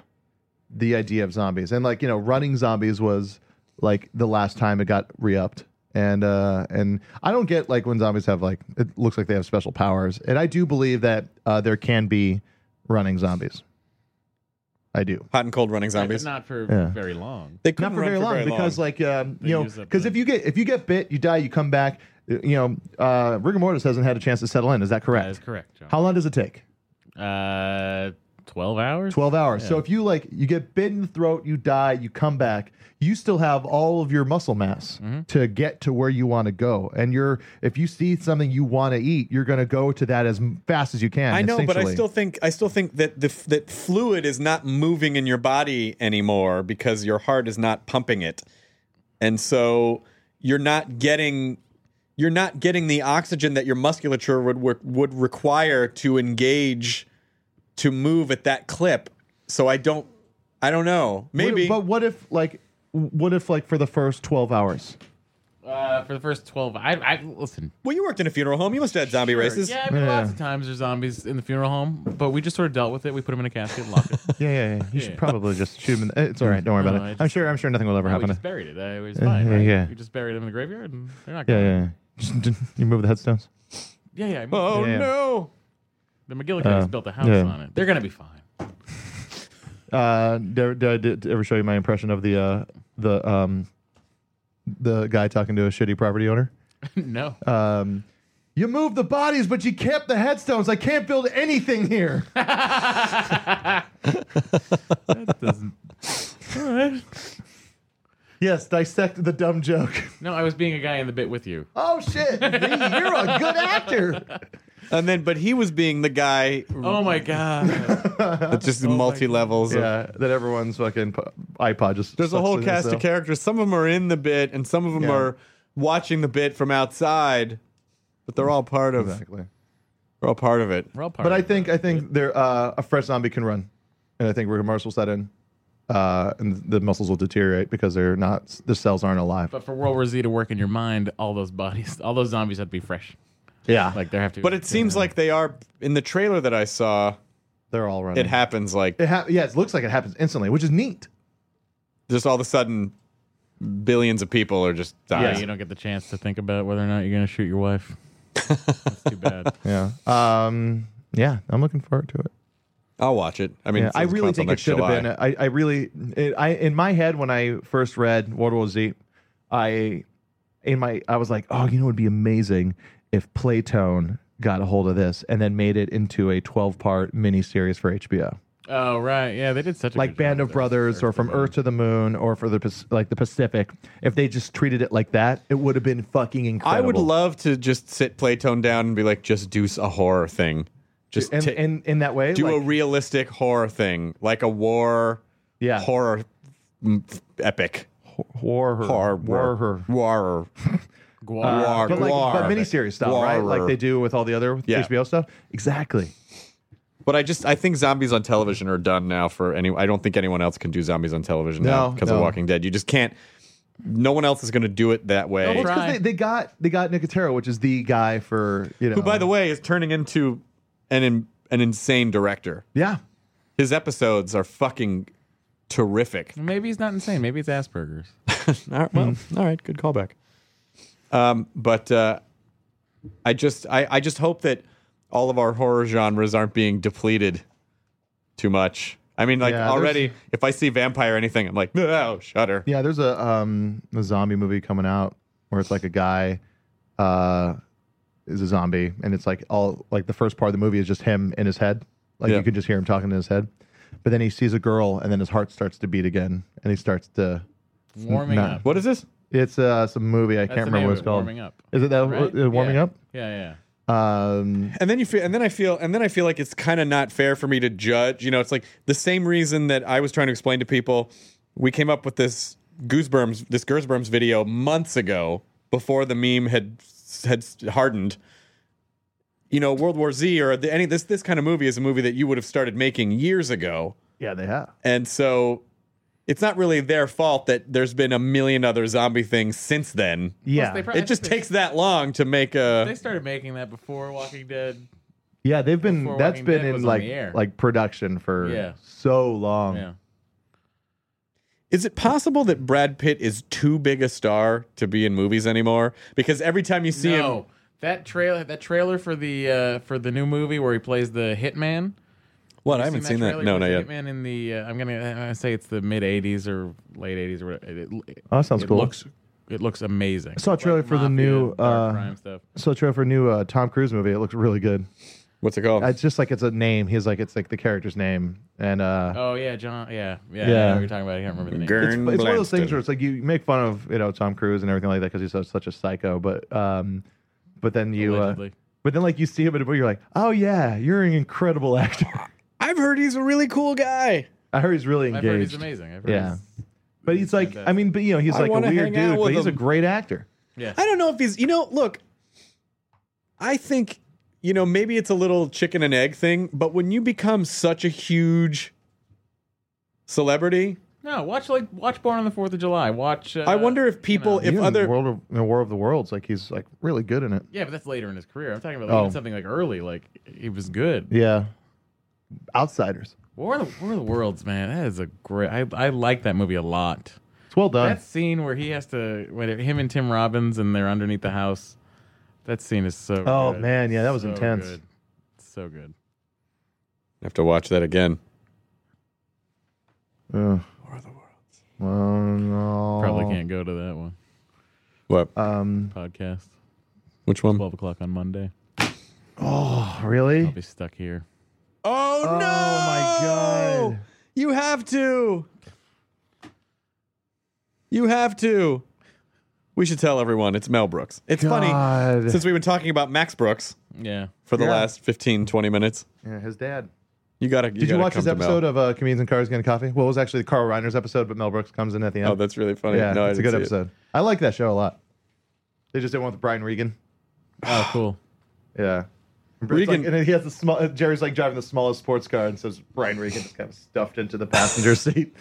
S6: the idea of zombies. And like you know, running zombies was like the last time it got re upped, and uh, and I don't get like when zombies have like it looks like they have special powers, and I do believe that uh, there can be running zombies. I do.
S3: Hot and cold running zombies.
S8: but not for
S6: Yeah.
S8: very long.
S3: They
S6: not
S3: couldn't
S6: for
S3: run
S6: very long because like um,
S8: They
S6: you know
S8: use up
S6: because if you get if you get bit, you die, you come back. uh, You know, uh, rigor mortis hasn't had a chance to settle in. Is that correct? That is
S8: correct, John.
S6: How long does it take?
S8: Uh, twelve hours.
S6: Twelve hours. So
S8: Yeah.
S6: if you like, you get bit in the throat, you die, you come back, you still have all of your muscle mass to get to where you want to go. And you're if you see something you want to eat, you're going to go to that as m- fast as you can.
S3: I know, but I
S6: instinctually.
S3: still think I still think that the f- that fluid is not moving in your body anymore because your heart is not pumping it, and so you're not getting you're not getting the oxygen that your musculature would would, would require to engage to move at that clip. So I don't I don't know.
S6: What-
S3: Maybe
S6: but what if like what if like for the first twelve hours?
S8: Uh, for the first twelve, I, I listen.
S3: well, you worked in a funeral home. You must have had zombie
S8: Sure,
S3: races.
S8: Yeah, I mean, lots of times there's zombies in the funeral home, but we just sort of dealt with it. We put them in a casket and locked it.
S6: Yeah, yeah, yeah. You
S8: Yeah.
S6: should probably just shoot him. In the, it's all right. Don't worry
S8: No,
S6: about
S8: I
S6: it.
S8: just-
S6: I'm sure. I'm sure nothing will ever
S8: No,
S6: happen.
S8: We just buried it. Uh, It was
S6: Uh,
S8: fine.
S6: yeah,
S8: right?
S6: yeah.
S8: We just buried them in the graveyard, and they're not.
S6: yeah,
S8: gone.
S6: yeah. yeah. you move the headstones.
S8: yeah, yeah. I moved
S3: Oh
S8: it.
S6: Yeah.
S3: no!
S8: The McGillicuddy's
S6: Uh,
S8: built a house
S6: yeah.
S8: on it. They're gonna be fine.
S6: Uh, did, did, I- did I ever show you my impression of the uh, the um, the guy talking to a shitty property owner?
S8: no.
S6: Um, you moved the bodies, but you kept the headstones. I can't build anything here.
S8: That doesn't. All right.
S6: yes, dissect the dumb joke.
S8: No, I was being a guy in the bit with you.
S6: Oh shit! You're a good actor.
S3: And then, but he was being the guy.
S8: Oh my god.
S3: It's just multi levels.
S6: Yeah, that everyone's fucking po- iPod just.
S3: There's a
S6: sucks
S3: whole
S6: in
S3: cast of
S6: itself.
S3: characters. Some of them are in the bit, and some of them
S6: Yeah.
S3: are watching the bit from outside. But they're all part of
S6: Exactly.
S3: they're all part of it.
S8: We're all part
S6: But
S8: of
S6: I
S8: it.
S6: think I think there uh, a fresh zombie can run, and I think rigor mortis will set in, uh, and the muscles will deteriorate because they're not the cells aren't alive.
S8: But for World War Z to work in your mind, all those bodies, all those zombies have to be fresh.
S6: Yeah,
S8: Like they have to.
S3: But it seems like they are in the trailer that I saw.
S6: they're all running.
S3: It happens like
S6: It ha- yeah, it looks like it happens instantly, which is neat.
S3: just all of a sudden, billions of people are just
S8: yeah,
S3: dying.
S8: you don't get the chance to think about whether or not you're gonna shoot your wife. That's too bad.
S6: Yeah. Um. Yeah, I'm looking forward to it.
S3: I'll watch it. I mean,
S6: Yeah, I
S3: since
S6: really
S3: comes out
S6: think it
S3: next
S6: should
S3: July.
S6: have been. I, I really, it, I in my head when I first read World War Z, I in my I was like, oh, you know, it would be amazing if Playtone got a hold of this and then made it into a 12 part miniseries for HBO,
S8: Oh right, yeah, they did such a
S6: like
S8: good job
S6: Band of
S8: with
S6: Brothers or From Earth to the Moon or for the Pac- like the Pacific. If they just treated it like that, it would have been fucking
S3: I
S6: incredible.
S3: would love to just sit Playtone down and be like, just do s- a horror thing. Just
S6: and,
S3: ta-
S6: and in that way,
S3: do
S6: like,
S3: a realistic horror thing, like a war
S6: yeah,
S3: horror mm, f- epic.
S6: horror,
S3: Horror.
S6: horror.
S3: War.
S8: that. Guar.
S3: War.
S6: Uh, but like but miniseries style, right? Like they do with all the other
S3: Yeah.
S6: HBO stuff. Exactly.
S3: But I just I think zombies on television are done now for any I don't think anyone else can do zombies on television now
S6: No,
S3: because of
S6: no.
S3: Walking Dead. You just can't no one else is gonna do it that way.
S8: Well,
S6: Because they, they got they got Nicotero, which is the guy for you know.
S3: Who by the way is turning into an in, an insane director.
S6: yeah,
S3: His episodes are fucking terrific.
S8: Maybe he's not insane. Maybe it's Asperger's.
S3: All right, well,
S6: Hmm.
S3: all right, good callback. Um, but uh, I just I, I just hope that all of our horror genres aren't being depleted too much. I mean, like
S6: Yeah,
S3: already, if I see vampire or anything, I'm like, no, shudder.
S6: yeah. There's a um a zombie movie coming out where it's like a guy, uh, is a zombie, and it's like all like the first part of the movie is just him in his head, like
S3: Yeah.
S6: you can just hear him talking in his head, but then he sees a girl, and then his heart starts to beat again, and he starts to.
S8: Warming
S6: No.
S8: up.
S3: What is this?
S6: It's uh some movie I
S8: That's
S6: can't
S8: the
S6: remember
S8: name
S6: what it's
S8: of it,
S6: called.
S8: Warming up.
S6: Is it that
S8: Right?
S6: uh, warming
S8: Yeah.
S6: up?
S8: Yeah, yeah.
S6: Um,
S3: And then you feel, and then I feel, and then I feel like it's kind of not fair for me to judge. You know, it's like the same reason that I was trying to explain to people. We came up with this gooseberms, this gooseberms video months ago before the meme had had hardened. You know, World War Z or the, any this this kind of movie is a movie that you would have started making years ago,
S6: yeah, they have.
S3: and so it's not really their fault that there's been a million other zombie things since then.
S6: Yeah,
S8: they probably-
S3: It just takes that long to make a.
S8: They started making that before Walking Dead.
S6: Yeah, they've been
S8: Before
S6: that's
S8: Walking
S6: been
S8: Dead
S6: in
S8: was on
S6: like
S8: the air.
S6: like production for
S8: Yeah.
S6: so long.
S8: Yeah.
S3: Is it possible that Brad Pitt is too big a star to be in movies anymore? Because every time you see him,
S8: No, that trailer that trailer for the uh, for the new movie where he plays the hitman.
S3: what?
S8: You
S3: I haven't seen that.
S8: trailer
S3: No,
S8: for
S3: not
S8: the
S3: yet.
S8: Hitman in the uh, I'm gonna I say it's the mid '80s or late '80s or whatever. It, it,
S6: Oh, that sounds
S8: it
S6: cool.
S8: Looks, it looks amazing.
S6: I saw a trailer for the new
S8: dark
S6: uh,
S8: crime stuff.
S6: saw a trailer for a new uh, Tom Cruise movie. It looks really good.
S3: What's it called?
S6: It's just like it's a name. He's like it's like the character's name, and uh,
S8: Oh yeah, John. Yeah, yeah.
S6: Yeah.
S8: yeah. You're talking about. I can't remember the name.
S6: it's, it's one of those things where it's like you make fun of you know Tom Cruise and everything like that because he's such, such a psycho, but um, but then you uh,
S8: Allegedly.
S6: but then like you see him in a movie, you're like, oh yeah, you're an incredible actor.
S11: I've heard he's a really cool guy.
S6: I heard he's really
S11: I've
S6: engaged.
S11: heard he's amazing. I've heard
S6: yeah, but he's like, I mean, but you know, he's
S11: I
S6: like
S11: wanna
S6: a weird
S11: hang out
S6: dude, but
S11: with
S6: he's a
S11: him.
S6: great actor.
S8: Yeah.
S3: I don't know if he's. You know, look. I think you know maybe it's a little chicken and egg thing, but when you become such a huge celebrity,
S8: No, watch like watch Born on the Fourth of July. Watch. Uh,
S3: I wonder if people,
S6: He's
S3: if
S6: in
S3: other
S6: World of, in War of the Worlds, like he's like really good in it.
S8: Yeah, but that's later in his career. I'm talking about like,
S6: Oh.
S8: even something like early. Like he was good.
S6: Yeah, Outsiders.
S8: War of the War of the Worlds, man. That is a great. I I like that movie a lot.
S6: It's well done.
S8: That scene where he has to, when him and Tim Robbins, and they're underneath the house. That scene is so.
S6: Oh,
S8: good.
S6: man, yeah, that was
S8: So
S6: intense.
S8: good. So good.
S3: I have to watch that again.
S6: Ugh. Well, no.
S8: Probably can't go to that one
S3: What?
S6: Um,
S8: podcast.
S3: Which one?
S8: Twelve o'clock on Monday.
S6: Oh, really?
S8: I'll be stuck here.
S3: Oh, no!
S6: Oh my god!
S3: You have to. You have to. We should tell everyone it's Mel Brooks. It's funny
S6: God.
S3: since we've been talking about Max Brooks
S8: Yeah.
S3: for the
S6: Yeah.
S3: last 15, 20 minutes.
S6: Yeah, his dad.
S3: You gotta.
S6: Did you
S3: gotta
S6: watch
S3: come
S6: his
S3: to Mel.
S6: episode of uh, Comedians in Cars Getting Coffee? Well, it was actually the Carl Reiner's episode, but Mel Brooks comes in at the end.
S3: Oh, that's really funny.
S6: Yeah,
S3: No, I
S6: it's a
S3: didn't
S6: good
S3: see it.
S6: episode. I like that show a lot. They just did one with Brian Regan.
S8: Oh, cool.
S6: Yeah. It's
S3: Regan-
S6: like- and he has the small. Jerry's like driving the smallest sports car, and says Brian Regan just kind of stuffed into the passenger seat.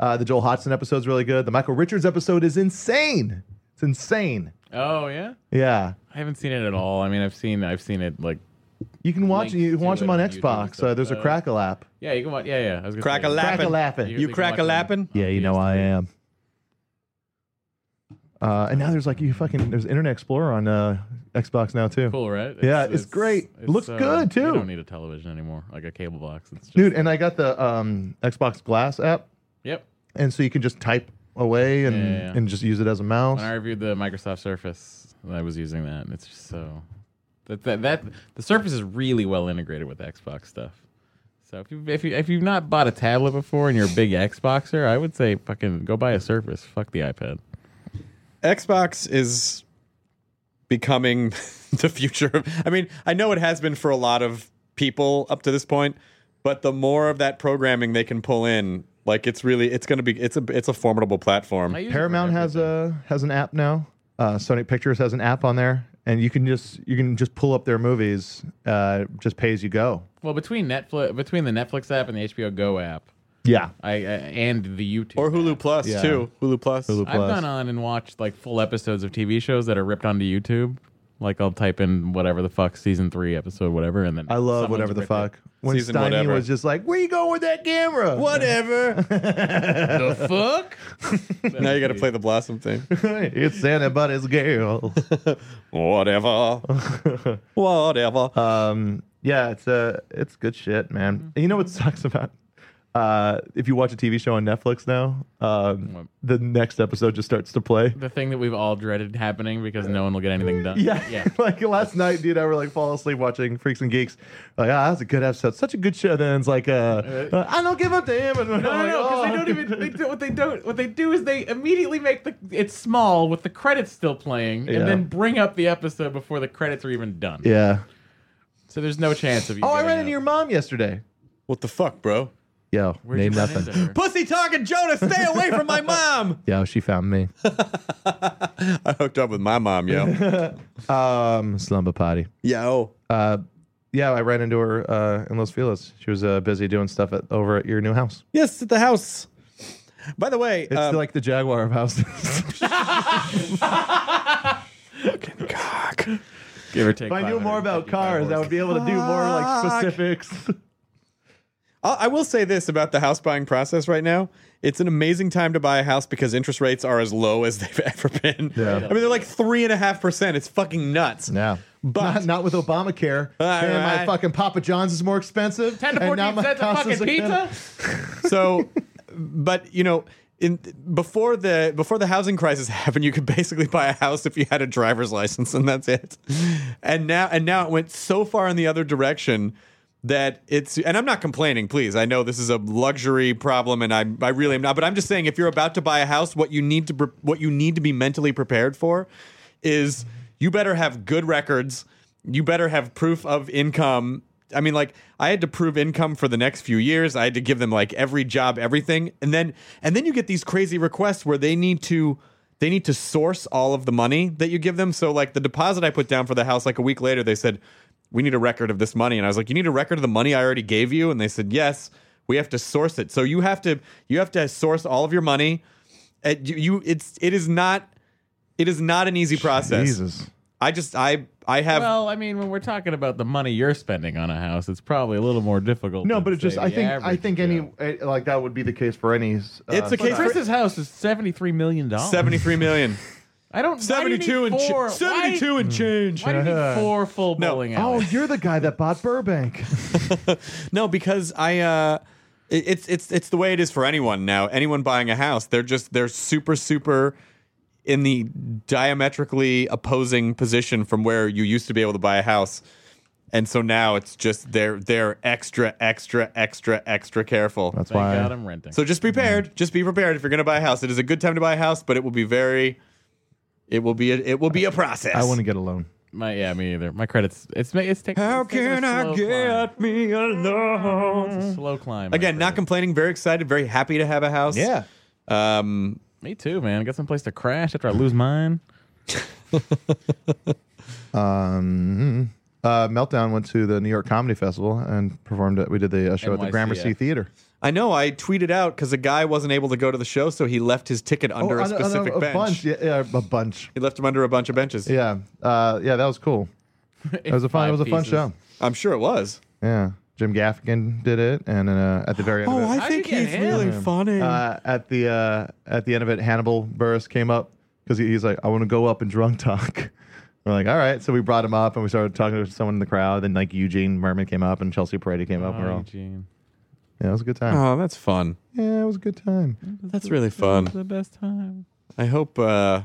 S6: Uh, the Joel Hodgson episode's really good. The Michael Richards episode is insane. It's insane.
S8: Oh yeah.
S6: Yeah,
S8: I haven't seen it at all. I mean, I've seen I've seen it like.
S6: you can watch
S8: Link
S6: you can
S8: to
S6: watch
S8: it
S6: them on
S8: on YouTube and
S6: Xbox.
S8: stuff.
S6: Uh, there's a
S8: Uh,
S6: Crackle app.
S8: Yeah, you can watch. Yeah, yeah. I was gonna
S3: Crack
S8: say,
S3: a lappin'.
S6: Crack-a-lappin'.
S3: You crack a lappin'?
S6: Yeah, you know I am. Uh, and now there's like you fucking there's Internet Explorer on uh, Xbox now too.
S8: Cool, right?
S6: Yeah, it's great. Looks good, too.
S8: uh, You don't need a television anymore, like a cable box. It's just,
S6: Dude, and I got the um, Xbox Glass app,
S8: Yep.
S6: and so you can just type away and
S8: Yeah, yeah, yeah.
S6: and just use it as a mouse.
S8: When I reviewed the Microsoft Surface, I was using that, and it's just so that that, that the Surface is really well integrated with Xbox stuff. So if you if you if you've not bought a tablet before and you're a big Xboxer, I would say fucking go buy a Surface. Fuck the iPad.
S3: Xbox is becoming the future. of- I mean, I know it has been for a lot of people up to this point, but the more of that programming they can pull in, like it's really it's going to be it's a it's a formidable platform.
S8: I use it for
S6: Paramount has a has an app now. Uh, Sony Pictures has an app on there, and you can just you can just pull up their movies, uh, just pay as you go.
S8: Well, between Netflix, between the Netflix app and the HBO Go app,
S6: Yeah,
S8: I, I and the YouTube
S3: Or Hulu Plus
S6: Yeah.
S3: too. Hulu Plus.
S6: Hulu
S8: I've gone on and watched like full episodes of TV shows that are ripped onto YouTube. Like I'll type in whatever the fuck season three episode whatever, and then
S6: I love
S8: someone's
S6: whatever the
S8: ripped it.
S6: fuck. When
S3: Season
S6: Steiny
S3: whatever.
S6: was just like, "Where you going with that camera?"
S3: Whatever.
S8: the fuck?
S3: now you got to play the Blossom thing.
S6: it's Santa but it's girl.
S3: Whatever. Whatever.
S6: Um, yeah, it's uh, it's good shit, man. And you know what sucks about? Uh, if you watch a TV show on Netflix now, um, the next episode just starts to play.
S8: The thing that we've all dreaded happening because no one will get anything done.
S6: Yeah,
S8: yeah.
S6: like last night, dude, I were like fall asleep watching Freaks and Geeks. Like, ah, that's a good episode, such a good show. Then it's like, uh, uh, I don't give up damn. And I'm
S8: No, no,
S6: like, oh.
S8: no, because they don't even. They do, what they don't. What they do is they immediately make the it's small with the credits still playing,
S6: Yeah.
S8: and then bring up the episode before the credits are even done.
S6: Yeah.
S8: So there's no chance of you.
S6: Oh, I
S8: getting
S6: ran
S8: up.
S6: into your mom yesterday.
S3: What the fuck, bro?
S6: Yo,
S8: Where'd
S6: name
S8: you run
S6: nothing.
S8: into her?
S3: Pussy talking Jonah, stay away from my mom.
S6: Yo, she found me.
S3: I hooked up with my mom, yo.
S6: Um, slumber potty.
S3: yo.
S6: Uh, yeah, I ran into her uh, in Los Feliz. She was uh, busy doing stuff at, over at your new house.
S3: Yes, at the house. By the way,
S6: It's
S3: um,
S6: like the Jaguar of houses.
S8: Give or take.
S6: if I knew
S8: 500
S6: more about cars, I would be able to do more like specifics.
S3: I'll, I will say this about the house buying process right now. It's an amazing time to buy a house because interest rates are as low as they've ever been.
S6: Yeah.
S3: I mean, they're like three and a half percent. It's fucking nuts.
S6: Yeah.
S3: But
S6: not, not with Obamacare. And my
S3: right.
S6: fucking Papa John's is more expensive.
S8: 10 to
S6: and now
S8: 14
S6: my
S8: cents a
S6: house is
S8: fucking
S6: expensive.
S8: pizza?
S3: so but you know in before the before the housing crisis happened you could basically buy a house if you had a driver's license and that's it and now and now it went so far in the other direction that it's and I'm not complaining please I know this is a luxury problem and I I really am not but I'm just saying if you're about to buy a house what you need to pre- what you need to be mentally prepared for is you better have good records you better have proof of income. I mean, like I had to prove income for the next few years. I had to give them like every job, everything, and then and then you get these crazy requests where they need to they need to source all of the money that you give them. So like the deposit I put down for the house, like a week later, they said we need a record of this money, and I was like, you need a record of the money I already gave you, and they said yes. We have to source it. So you have to you have to source all of your money. Uh, you, you it's it is not it is not an easy process.
S6: Jesus.
S3: I just I I have
S8: well, I mean, when we're talking about the money you're spending on a house, it's probably a little more difficult.
S6: No,
S8: than,
S6: but it just
S8: say,
S6: I
S8: the
S6: think I
S8: average.
S6: think any eh, like that would be the case for any. Uh,
S3: It's the
S6: but
S3: case for-
S8: Chris's house is seventy three million
S3: Oh.
S8: dollars.
S3: 73 million.
S8: I don't. why do you need
S3: 72 and cha-
S8: four? Why- Hmm.
S3: 72 and change.
S8: Why do you need four full bowling
S6: Oh,
S8: alleys?
S6: you're the guy that bought Burbank.
S3: No, because I uh it- it's it's it's the way it is for anyone now. Anyone buying a house, they're just they're super super in the diametrically opposing position from where you used to be able to buy a house. And so now it's just they're they're extra extra extra extra careful. That's
S8: Thank God I'm renting.
S3: So just be prepared. Just be prepared if you're going to buy a house. It is a good time to buy a house, but it will be very it will be a, it will be a process.
S6: I want to get a loan.
S8: My yeah, me either. My credits. It's ma- it's taking.
S3: How
S8: it's taking
S3: can
S8: a
S3: I
S8: slow
S3: get me alone?
S8: Climb. Slow climb. my
S3: Again, not complaining. Very excited. Very happy to have a house.
S6: Yeah.
S3: Um,
S8: Me too, man. I got someplace to crash after I lose mine.
S6: Um, uh, Meltdown went to the New York Comedy Festival and performed it. We did the uh, show at the Gramercy
S8: NYCF.
S6: Theater.
S3: I know. I tweeted out because a guy wasn't able to go to the show, so he left his ticket under
S6: Oh,
S3: a
S6: on- on
S3: specific
S6: a,
S3: bench.
S6: bunch. Yeah, yeah, a bunch.
S3: He left him under a bunch of benches.
S6: Yeah, uh, yeah, that was cool. It was a fun. It was a fun show.
S3: I'm sure it was.
S6: Yeah, Jim Gaffigan did it, and uh, at the very end. of it,
S3: think
S8: get he's him? really
S3: funny.
S6: uh, at the uh, at the end of it, Hannibal Burris came up because he, he's like, "I want to go up and drunk talk." We're like, "All right," so we brought him up and we started talking to someone in the crowd. Then like Eugene Merman came up and Chelsea Parady came up. We're
S8: Oh,
S6: all,
S8: Eugene.
S6: yeah, it was a good time.
S3: oh, that's fun.
S6: Yeah, it was a good time.
S3: That's really
S8: It was
S3: fun.
S8: the best time.
S3: I hope. Uh,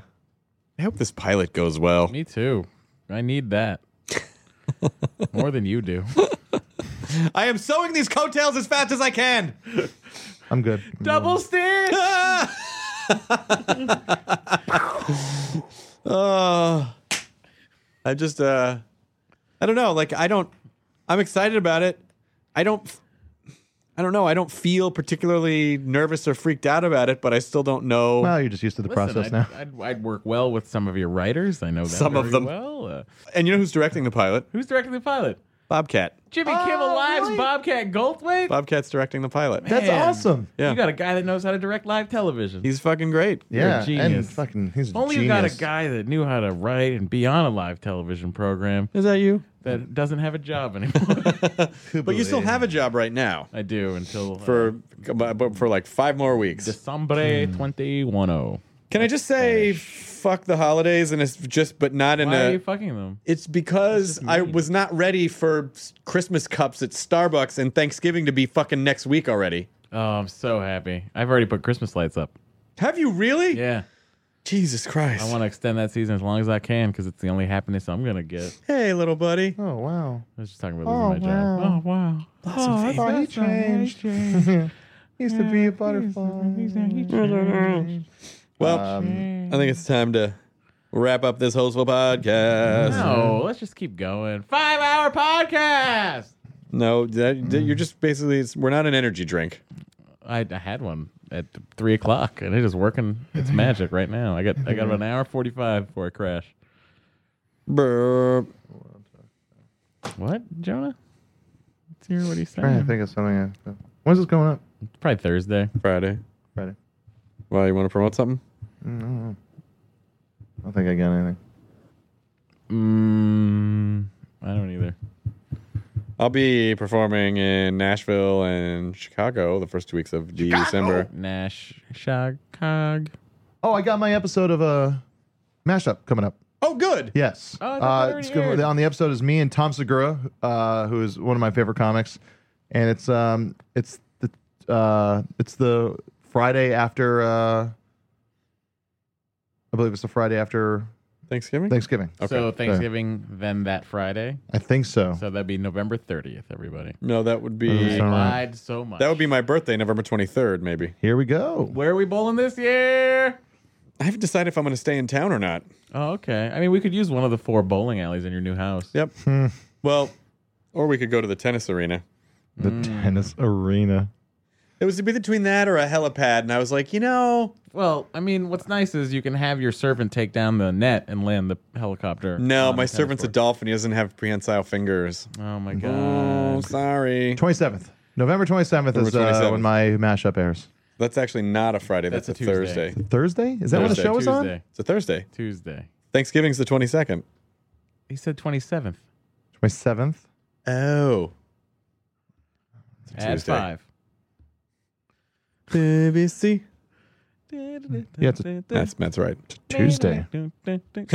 S3: I hope this pilot goes well.
S8: Me too. I need that more than you do.
S3: I am sewing these coattails as fast as I can.
S6: I'm good.
S8: Double stitch.
S3: Mm. Uh, I just, uh, I don't know. Like, I don't, I'm excited about it. I don't, I don't know. I don't feel particularly nervous or freaked out about it, but I still don't know.
S6: Well, you're just used to the process
S8: I'd,
S6: now.
S8: I'd, I'd work well with some of your writers. I know that
S3: Some of
S8: very
S3: them.
S8: well. Uh,
S3: And you know who's directing the pilot?
S8: who's directing the pilot?
S3: Bobcat.
S8: Jimmy
S6: Oh,
S8: Kimmel Live's Bobcat Goldthwait.
S3: Bobcat's directing the pilot.
S6: That's
S8: Man.
S6: awesome.
S3: Yeah.
S8: You got a guy that knows how to direct live television.
S3: He's fucking great.
S8: a
S6: Yeah, and
S8: genius.
S6: fucking he's
S8: If only you got a guy that knew how to write and be on a live television program
S3: Is that you?
S8: that doesn't have a job anymore.
S3: But you still have a job right now
S8: I do until uh,
S3: for, but for like five more weeks.
S8: December
S6: Hmm.
S8: 2010.
S3: Can I just say, fuck the holidays, and uh, it's just, but not in
S8: Why
S3: a.
S8: are you fucking them?
S3: It's because I was not ready for s- Christmas cups at Starbucks and Thanksgiving to be fucking next week already.
S8: Oh, I'm so happy. I've already put Christmas lights up.
S3: Have you really?
S8: Yeah.
S3: Jesus Christ.
S8: I want to extend that season as long as I can because it's the only happiness I'm going to get.
S3: hey, little buddy.
S6: Oh wow.
S8: I was just talking about losing my job. Oh, wow.
S6: Oh, I thought he changed. used to be a butterfly.
S3: Well,
S8: Um,
S3: I think it's time to wrap up this Hostful podcast.
S8: No, let's just keep going. Five hour podcast.
S3: No, that, that- you're just basically, it's, we're not an energy drink.
S8: I, I had one at three o'clock, and it is working. It's magic right now. I got I got about an hour forty five before I crash.
S3: Burp.
S8: What, Jonah? Let's hear what he's
S6: Trying to
S8: saying.
S6: think of something. uh, When's this going up?
S8: It's probably Thursday.
S3: Friday.
S6: Friday.
S3: Well, you want to promote something?
S6: I don't think I got anything.
S8: Mm, I don't either.
S3: I'll be performing in Nashville and Chicago the first two weeks of December.
S8: Nash Shagcog.
S6: Oh, I got my episode of uh, mashup coming up.
S3: Oh, good.
S6: Yes.
S8: Oh, I thought that
S6: uh,
S8: already
S6: it's gonna-
S8: aired.
S6: on the episode is me and Tom Segura, uh, who is one of my favorite comics, and it's um it's the uh it's the Friday after uh I believe it's the Friday after
S3: Thanksgiving.
S6: Thanksgiving.
S8: So
S6: Yeah.
S8: Thanksgiving, then that Friday.
S6: I think so.
S8: So that'd be November 30th, everybody.
S3: No, that would
S8: I
S3: be
S8: lied so much.
S3: that would be my birthday, November twenty third, maybe.
S6: Here we go.
S8: Where are we bowling this year?
S3: I haven't decided if I'm going to stay in town or not.
S8: Oh, okay. I mean, we could use one of the four bowling alleys in your new house.
S3: Yep. well, Hmm. or we could go to the tennis arena.
S6: The
S8: Mm.
S6: tennis arena.
S3: It was between that or a helipad, and I was like, you know,
S8: Well, I mean, what's nice is you can have your servant take down the net and land the helicopter.
S3: no, my
S8: on the tennis
S3: servant's a
S8: court.
S3: dolphin. He doesn't have prehensile fingers.
S8: Oh my
S3: Oh,
S8: god.
S3: sorry.
S6: Twenty seventh. November twenty seventh is
S3: November
S6: uh,
S3: 27th.
S6: when my mashup airs.
S3: That's actually not a Friday. That's,
S8: That's
S3: a,
S8: a Tuesday.
S3: Thursday.
S6: Thursday? Is that when the
S3: Thursday,
S6: show is on?
S8: Tuesday.
S3: It's a Thursday.
S8: Tuesday.
S3: Thanksgiving's the twenty second.
S8: He said 27th
S6: Twenty seventh.
S3: Oh,
S8: it's at
S3: Tuesday.
S8: 5.
S3: BBC.
S6: Yeah, it's a-
S3: That's that's right.
S6: Tuesday.
S8: I know-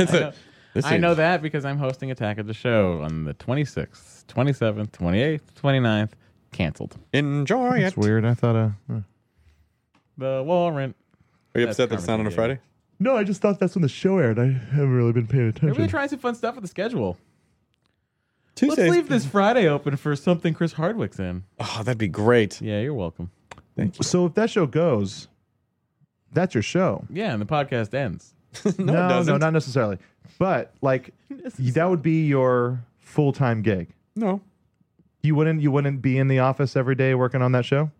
S8: I know that because I'm hosting Attack of the Show on the 26th, 27th, 28th, 29th. Canceled.
S3: Enjoy
S6: That's
S3: it.
S6: weird. I thought uh, uh,
S8: The warrant.
S3: Are you
S8: That's
S3: upset that it's not on a
S8: Carmen
S3: Friday?
S6: No, I just thought that's when the show aired. I haven't really been paying
S8: Maybe
S6: attention.
S8: we try some fun stuff with the schedule.
S3: Tuesday.
S8: Let's leave this Friday open for something Chris Hardwick's in.
S3: Oh, that'd be great.
S8: Yeah, you're welcome.
S6: So if that show goes, that's your show.
S8: Yeah, and the podcast ends.
S6: No,
S3: it
S6: no,
S3: doesn't.
S6: not necessarily. But like that would be your full time gig.
S3: No,
S6: You wouldn't you wouldn't be in the office every day working on that show?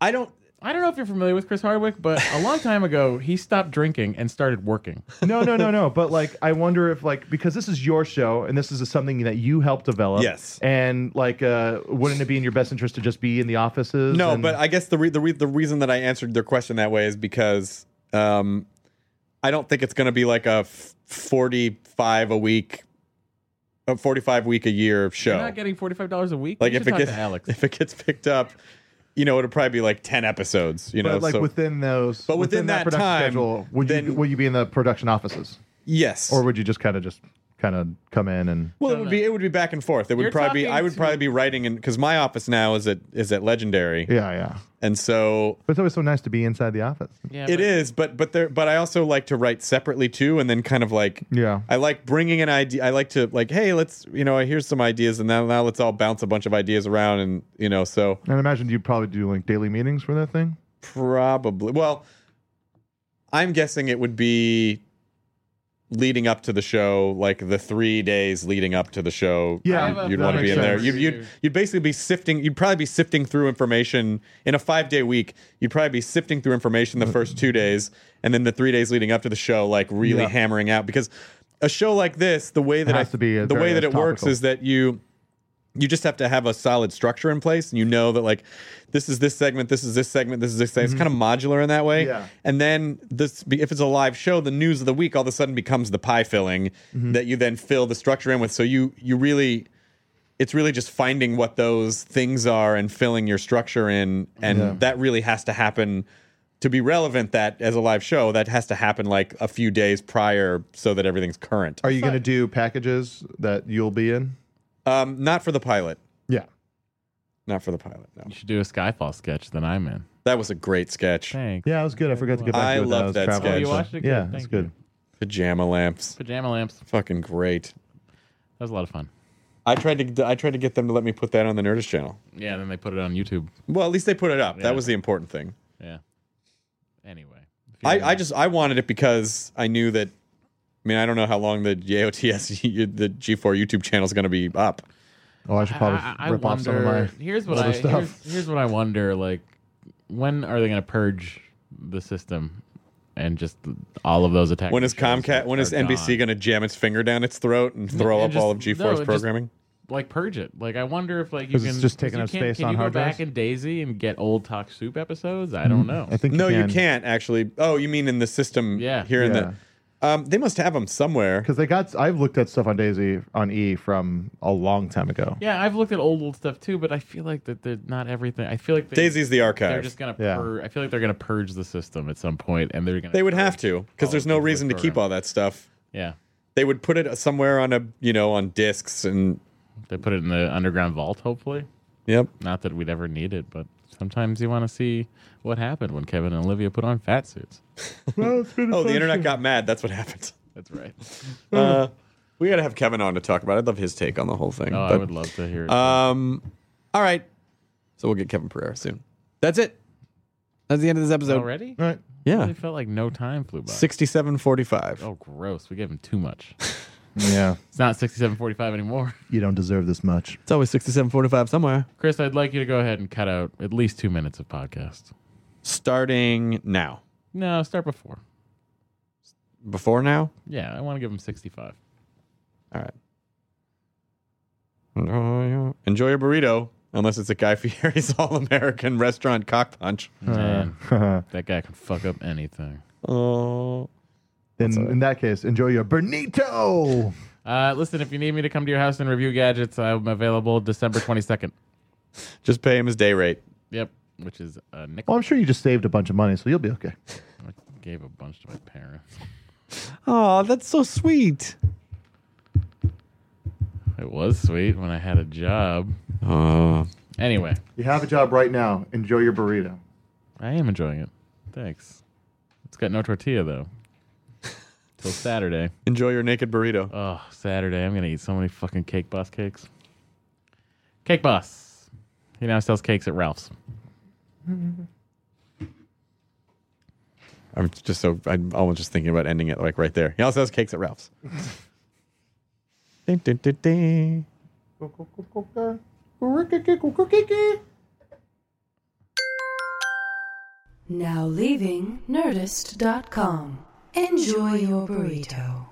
S3: I don't.
S8: I don't know if you're familiar with Chris Hardwick, but a long time ago, he stopped drinking and started working.
S6: No, no, no, no. But like I wonder if like because this is your show and this is something that you helped develop.
S3: Yes.
S6: And like uh wouldn't it be in your best interest to just be in the offices?
S3: No,
S6: and-
S3: but I guess the re- the re- the reason that I answered their question that way is because um, I don't think it's going to be like a f- forty five a week, a forty five week a year show.
S8: You're not getting $45 a week?
S3: like
S8: You
S3: if
S8: should
S3: it
S8: talk
S3: gets
S8: to Alex.
S3: if it gets picked up, you know, it'll probably be like ten episodes. You
S6: but
S3: know,
S6: like
S3: so-
S6: within those
S3: But within that
S6: production
S3: time,
S6: schedule, would you
S3: then-
S6: would you be in the production offices?
S3: yes,
S6: Or would you just kind of just kind of come in and
S3: Well, it would be it would be back and forth. It would
S8: You're
S3: probably be
S8: talking
S3: I would
S8: to-
S3: probably be writing in because my office now is at is at Legendary,
S6: Yeah, yeah.
S3: and so
S6: But it's always so nice to be inside the office.
S8: Yeah,
S3: it
S8: but-
S3: is. But but there but I also like to write separately too, and then kind of like
S6: Yeah.
S3: I like bringing an idea. I like to like hey let's you know here's some ideas, and now now let's all bounce a bunch of ideas around, and you know so
S6: And I imagine you'd probably do like daily meetings for that thing.
S3: probably well, I'm guessing it would be leading up to the show like the three days leading up to the show
S6: Yeah,
S3: you'd- you'd
S6: that
S3: want to be
S6: makes
S3: in there
S6: sense.
S3: you'd, you'd, you'd basically be sifting you'd probably be sifting through information in a five day week you'd probably be sifting through information the first two days and then the three days leading up to the show like really
S6: Yeah.
S3: hammering out because a show like this the way that
S6: has
S3: I,
S6: to be a
S3: the way
S6: very
S3: that it works
S6: topical.
S3: is that you you just have to have a solid structure in place and you know that like this is this segment this is this segment this is this segment. it's kind of modular in that way
S6: Mm-hmm. Yeah.
S3: and then this if it's a live show the news of the week all of a sudden becomes the pie filling
S6: Mm-hmm.
S3: that you then fill the structure in with so you you really it's really just finding what those things are and filling your structure in and
S6: Yeah.
S3: that really has to happen to be relevant that as a live show that has to happen like a few days prior so that everything's current
S6: Are you going to do packages that you'll be in?
S3: um not for the pilot
S6: Yeah.
S3: not for the pilot no
S8: You should do a Skyfall sketch that I'm in.
S3: that was a great sketch
S8: Thanks.
S6: Yeah, it was good. I forgot to get back
S3: I
S6: to it. when
S3: love
S6: was
S3: that
S6: traveling,
S3: sketch.
S8: Oh, you
S6: so-
S8: watched it? Good.
S6: Yeah,
S8: Thank
S6: it's good.
S8: you.
S3: pajama lamps
S8: Pajama lamps. That
S3: fucking great
S8: was a lot of fun.
S3: i tried to i tried to get them to let me put that on the nerdist channel
S8: Yeah, and then they put it on YouTube.
S3: well at least they put it up
S8: Yeah.
S3: that was the important thing
S8: Yeah. Anyway. If you're
S3: I, I just I wanted it because I knew that. I mean, I don't know how long the JOTS the G4 YouTube channel is going to be up.
S6: Oh, I should probably rip off some of my.
S8: here's what
S6: other
S8: I
S6: stuff.
S8: Here's, here's what I wonder. Like, when are they going to purge the system and just all of those attacks?
S3: When is Comcast? When is NBC going to jam its finger down its throat and throw
S8: and
S3: up all of
S8: just-
S3: G4's
S8: no, it just-
S3: programming?
S8: like purge it? Like, I wonder if like you
S6: 'Cause
S8: can
S6: it's just
S8: 'cause
S6: taking
S8: you
S6: up
S8: can't-
S6: space
S8: can
S6: on
S8: you go
S6: hard
S8: back
S6: drives? Mm-hmm.
S8: in Daisy and get old Talk Soup episodes? I don't know.
S6: I think
S3: no, you
S6: can.
S3: can't actually. Oh, you mean in the system?
S8: Yeah.
S3: Here in
S6: Yeah.
S3: the. Um, they must have them somewhere.
S6: Because they got, I've looked at stuff on Daisy on E from a long time ago.
S8: Yeah, I've looked at old old stuff too, but I feel like that they're not everything. I feel like they,
S3: Daisy's the archive.
S8: They're just gonna.
S3: Yeah.
S8: Pur- I feel like they're gonna purge the system at some point, and they're gonna.
S3: They would have to because there's no reason to keep all that stuff.
S8: Yeah.
S3: They would put it somewhere on a you know on discs and
S8: they put it in the underground vault hopefully.
S3: Yep.
S8: Not that we'd ever need it, but sometimes you want to see what happened when Kevin and Olivia put on fat suits.
S6: Well, it's been a
S3: oh, the
S6: fun
S3: internet
S6: show.
S3: got mad. That's what happened.
S8: That's right.
S3: Uh, we got to have Kevin on to talk about. it. I'd love his take on the whole thing.
S8: Oh, I
S3: but-
S8: would love to hear it.
S3: Um, all right. So we'll get Kevin Pereira soon. That's it. That's the end of this episode.
S8: Already?
S6: All right.
S3: Yeah.
S8: Really felt like no time flew by.
S3: Sixty-seven forty-five.
S8: Oh, gross. We gave him too much.
S6: Yeah.
S8: It's not 67.45 anymore.
S6: You don't deserve this much.
S3: It's always 67.45 somewhere.
S8: Chris, I'd like you to go ahead and cut out at least two minutes of podcast.
S3: Starting now.
S8: No, start before.
S3: Before now.
S8: Yeah, I want to give him 65.
S3: All right. Enjoy your burrito, unless it's a Guy Fieri's All American Restaurant Cock Punch.
S8: Man, that guy can fuck up anything.
S3: Oh.
S6: In, in that case, enjoy your Bernito.
S8: Uh, listen, if you need me to come to your house and review gadgets, I'm available December 22nd.
S3: Just pay him his day rate.
S8: Yep, which is a nickel.
S6: Well, I'm sure you just saved a bunch of money, so you'll be okay.
S8: I gave a bunch to my parents.
S3: Oh, that's so sweet.
S8: It was sweet when I had a job.
S3: Oh.
S8: Anyway,
S6: You have a job right now. Enjoy your burrito.
S8: I am enjoying it. Thanks. It's got no tortilla, though. Till Saturday.
S3: Enjoy your naked burrito.
S8: Oh, Saturday. I'm going to eat so many fucking Cake Boss cakes. Cake Boss. He now sells cakes at Ralph's.
S3: I'm just so I'm almost just thinking about ending it like right there. He also has cakes at Ralph's. Ding, ding, ding, ding.
S4: Now leaving Nerdist.com. Enjoy your burrito.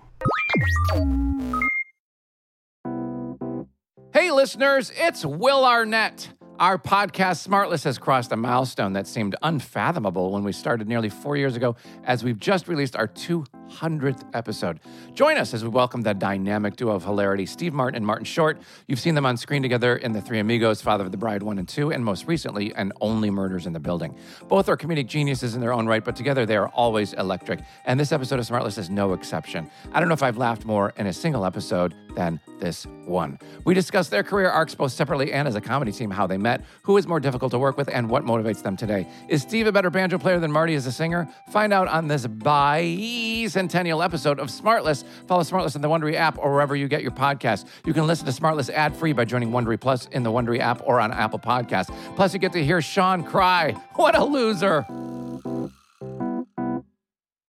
S7: Hey, listeners, it's Will Arnett. Our podcast, Smartless, has crossed a milestone that seemed unfathomable when we started nearly four years ago, as we've just released our 200th episode. Join us as we welcome the dynamic duo of hilarity, Steve Martin and Martin Short. You've seen them on screen together in The Three Amigos, Father of the Bride 1 and 2, and most recently, and Only Murders in the Building. Both are comedic geniuses in their own right, but together they are always electric. And this episode of Smartless is no exception. I don't know if I've laughed more in a single episode than this one. We discuss their career arcs both separately and as a comedy team, how they met, who is more difficult to work with, and what motivates them today. Is Steve a better banjo player than Marty as a singer? Find out on this bicentennial episode of Smartless. Follow Smartless in the Wondery app or wherever you get your podcasts. You can listen to Smartless ad free by joining Wondery Plus in the Wondery app or on Apple Podcasts. Plus, you get to hear Sean cry. What a loser!